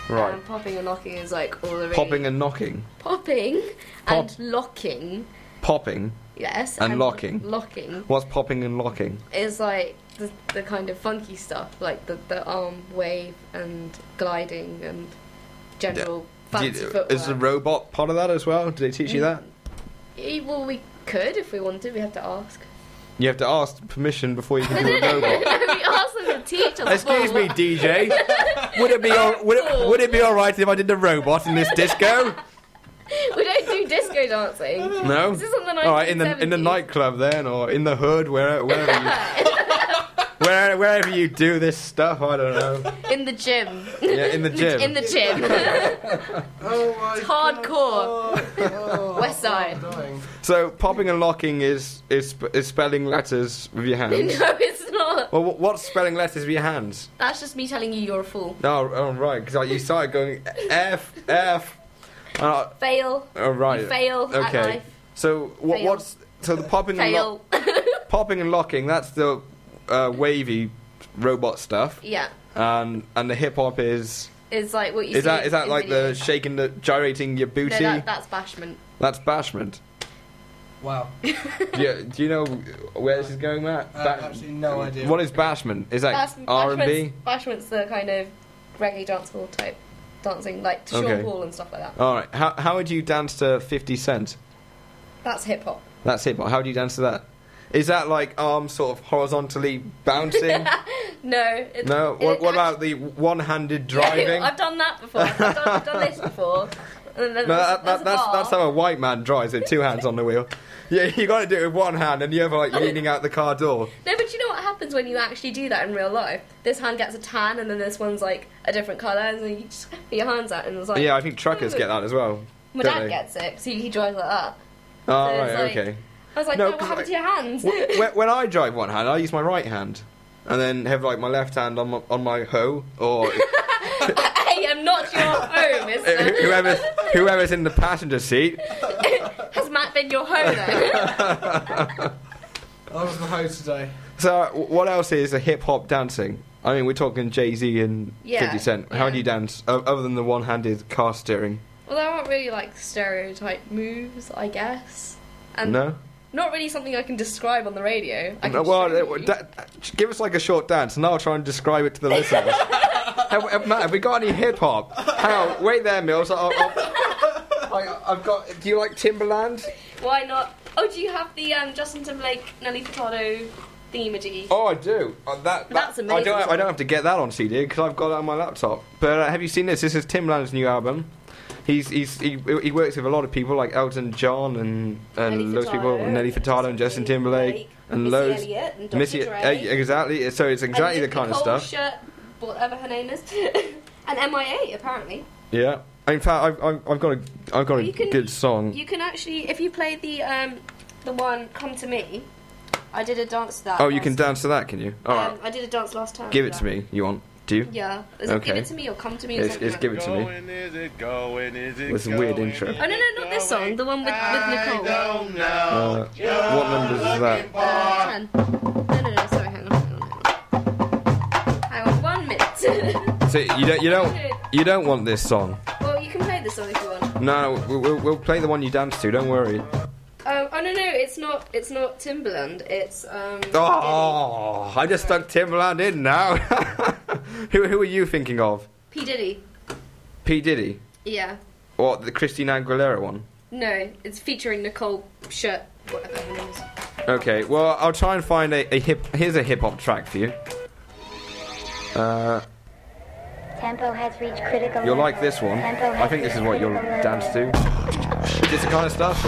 [SPEAKER 6] Right.
[SPEAKER 5] And popping and locking is like all the really
[SPEAKER 6] Popping and knocking.
[SPEAKER 5] popping
[SPEAKER 6] Pop.
[SPEAKER 5] and locking.
[SPEAKER 6] Popping.
[SPEAKER 5] Yes.
[SPEAKER 6] And locking.
[SPEAKER 5] Locking
[SPEAKER 6] What's popping and locking?
[SPEAKER 5] is like the, the kind of funky stuff, like the, the arm wave and gliding and general
[SPEAKER 6] Did-
[SPEAKER 5] fancy footwork.
[SPEAKER 6] is the robot part of that as well? Did they teach you that?
[SPEAKER 5] Eh, well, we could if we wanted. We have to ask.
[SPEAKER 6] You have to ask permission before you can do a robot.
[SPEAKER 5] we asked them to teach us.
[SPEAKER 6] Excuse me, DJ. Would it be all, would it, would it be all right if I did a robot in this disco?
[SPEAKER 5] We don't do disco dancing.
[SPEAKER 6] No.
[SPEAKER 5] This is on the
[SPEAKER 6] All right, in the in the
[SPEAKER 5] 1970s.
[SPEAKER 6] nightclub then, or in the hood, where, wherever you where, wherever you do this stuff. I don't know.
[SPEAKER 5] in the gym.
[SPEAKER 6] Yeah, in the gym.
[SPEAKER 5] In the gym.
[SPEAKER 4] Oh my
[SPEAKER 5] Hardcore.
[SPEAKER 4] God. Oh,
[SPEAKER 5] West Side.
[SPEAKER 4] Dying.
[SPEAKER 6] So popping and locking is is sp- is spelling letters with your hands.
[SPEAKER 5] No, it's not.
[SPEAKER 6] Well, wh- what's spelling letters with your hands?
[SPEAKER 5] That's just me telling you you're a fool.
[SPEAKER 6] No, oh, right, because you started going F F. And I-
[SPEAKER 5] Fail.
[SPEAKER 6] oh, right.
[SPEAKER 5] You fail at
[SPEAKER 6] Okay.
[SPEAKER 5] life.
[SPEAKER 6] So what,
[SPEAKER 5] Fail.
[SPEAKER 6] what's so the popping and lo-
[SPEAKER 5] Fail.
[SPEAKER 6] popping and locking? That's the uh, wavy robot stuff,
[SPEAKER 5] yeah.
[SPEAKER 6] and and the hip hop is
[SPEAKER 5] It's like what you
[SPEAKER 6] is
[SPEAKER 5] see
[SPEAKER 6] that is that
[SPEAKER 5] in
[SPEAKER 6] like the
[SPEAKER 5] videos.
[SPEAKER 6] shaking the gyrating your
[SPEAKER 5] No,
[SPEAKER 6] booty?
[SPEAKER 5] that, that's bashment.
[SPEAKER 6] That's bashment.
[SPEAKER 4] Wow.
[SPEAKER 6] yeah, do you know where this is going, Matt?
[SPEAKER 4] Uh, absolutely no idea.
[SPEAKER 6] What is bashment? Is that
[SPEAKER 5] Bash-
[SPEAKER 6] R and B?
[SPEAKER 5] bashment's- Bashment's the kind of reggae dancehall type dancing, like Sean
[SPEAKER 6] Okay.
[SPEAKER 5] Paul and stuff like that.
[SPEAKER 6] All right. How how would you dance to Fifty Cent?
[SPEAKER 5] That's hip hop.
[SPEAKER 6] That's hip hop. How do you dance to that? Is that like arms sort of horizontally bouncing?
[SPEAKER 5] No. It,
[SPEAKER 6] no.
[SPEAKER 5] it
[SPEAKER 6] What, what
[SPEAKER 5] actually-
[SPEAKER 6] about the one-handed
[SPEAKER 5] Yeah,
[SPEAKER 6] driving?
[SPEAKER 5] I've done that before. I've done, I've done this before. And then
[SPEAKER 6] no,
[SPEAKER 5] there's-
[SPEAKER 6] that,
[SPEAKER 5] there's
[SPEAKER 6] that,
[SPEAKER 5] a
[SPEAKER 6] that's
[SPEAKER 5] bar.
[SPEAKER 6] that's how a white man drives with two hands on the wheel. Yeah, you got to do it with one hand and the other like leaning out the car door.
[SPEAKER 5] No, but you know what happens when you actually do that in real life? This hand gets a tan, and then this one's like a different colour, and then you just put your hands out, and it's like.
[SPEAKER 6] Yeah, I think truckers get that as well.
[SPEAKER 5] My
[SPEAKER 6] don't
[SPEAKER 5] dad
[SPEAKER 6] they?
[SPEAKER 5] gets it, so he drives like that.
[SPEAKER 6] Oh,
[SPEAKER 5] so it's
[SPEAKER 6] right,
[SPEAKER 5] like-
[SPEAKER 6] okay.
[SPEAKER 5] I was like,
[SPEAKER 6] No,
[SPEAKER 5] no, what
[SPEAKER 6] 'cause
[SPEAKER 5] happened
[SPEAKER 6] I-
[SPEAKER 5] to your hands?
[SPEAKER 6] Wh- when, when I drive one hand, I use my right hand, and then have like my left hand on my, on my hoe or
[SPEAKER 5] I am not your home, mister.
[SPEAKER 6] whoever's whoever's in the passenger seat.
[SPEAKER 5] Has Matt been your hoe though.
[SPEAKER 4] I was the host today.
[SPEAKER 6] So, w- what else is a hip hop dancing? I mean, we're talking Jay Z and
[SPEAKER 5] Yeah,
[SPEAKER 6] 50 Cent. How
[SPEAKER 5] yeah.
[SPEAKER 6] do you dance o- other than the one handed car steering?
[SPEAKER 5] well, there aren't really like stereotype moves, I guess. And
[SPEAKER 6] no?
[SPEAKER 5] Not really something I can describe on the radio. I can
[SPEAKER 6] No, well,
[SPEAKER 5] show
[SPEAKER 6] uh,
[SPEAKER 5] you.
[SPEAKER 6] da- give us like a short dance and I'll try and describe it to the listeners. have, have- Matt, have we got any hip hop? Hang on, wait there, Mills. I'll, I'll, I, I've got. Do you like Timberland?
[SPEAKER 5] Why not? Oh, do you have the um, Justin Timberlake, Nelly Furtado themagy?
[SPEAKER 6] Oh, I do. Uh, that, that-
[SPEAKER 5] That's
[SPEAKER 6] I
[SPEAKER 5] amazing.
[SPEAKER 6] don't, I don't have to get that on CD because I've got it on my laptop. But uh, have you seen this? This is Timbaland's new album. He's, he's he, he works with a lot of people like Elton John and
[SPEAKER 5] Nelly
[SPEAKER 6] and loads of people,
[SPEAKER 5] Furtado,
[SPEAKER 6] Nelly Furtado and Justin Timberlake and
[SPEAKER 5] Missy
[SPEAKER 6] loads.
[SPEAKER 5] Elliott and Dr.
[SPEAKER 6] Missy,
[SPEAKER 5] Dre.
[SPEAKER 6] uh, exactly. So it's exactly the
[SPEAKER 5] and
[SPEAKER 6] kind of
[SPEAKER 5] Nicole
[SPEAKER 6] stuff.
[SPEAKER 5] Scher- whatever her name is, and MIA apparently.
[SPEAKER 6] Yeah. In fact, I've, I've, I've got a I've got a
[SPEAKER 5] You can-
[SPEAKER 6] good song.
[SPEAKER 5] You can actually, if you play the um, the one "Come to Me," I did a dance to that.
[SPEAKER 6] oh, you
[SPEAKER 5] last-
[SPEAKER 6] can dance to that, can you? All right.
[SPEAKER 5] Um, I did a dance last time.
[SPEAKER 6] give it
[SPEAKER 5] that.
[SPEAKER 6] to me. You want? Do you?
[SPEAKER 5] Yeah. Is it
[SPEAKER 6] Okay.
[SPEAKER 5] give it to me or come to me? or
[SPEAKER 6] It's,
[SPEAKER 5] something
[SPEAKER 6] it's
[SPEAKER 5] like
[SPEAKER 6] give
[SPEAKER 5] that?
[SPEAKER 6] it to me.
[SPEAKER 7] is it going? Is it
[SPEAKER 6] With a weird intro.
[SPEAKER 5] Oh no, no, not this song. The one with with Nicole. Oh.
[SPEAKER 7] don't know.
[SPEAKER 6] Uh, what numbers is that?
[SPEAKER 5] Uh, ten. No, no, no. Sorry, hang on. Hang on. Hang on. Hang on, One minute.
[SPEAKER 6] So you don't you don't you don't want this song.
[SPEAKER 5] well, you can play this song if you want.
[SPEAKER 6] No, we'll, we'll, we'll play the one you dance to. Don't worry.
[SPEAKER 5] Um, oh no, no, it's not. It's not Timberland. It's um.
[SPEAKER 6] Oh, I just stuck Timberland in now. who who are you thinking of?
[SPEAKER 5] P Diddy.
[SPEAKER 6] P Diddy.
[SPEAKER 5] Yeah.
[SPEAKER 6] What the Christina Aguilera one?
[SPEAKER 5] No, it's featuring Nicole Shirt. Whatever her name is.
[SPEAKER 6] Okay. Well, I'll try and find a, a hip. Here's a hip hop track for you. Uh,
[SPEAKER 11] Tempo has reached critical.
[SPEAKER 6] you'll like this one. I think this is what you'll dance to. It's the kind of stuff.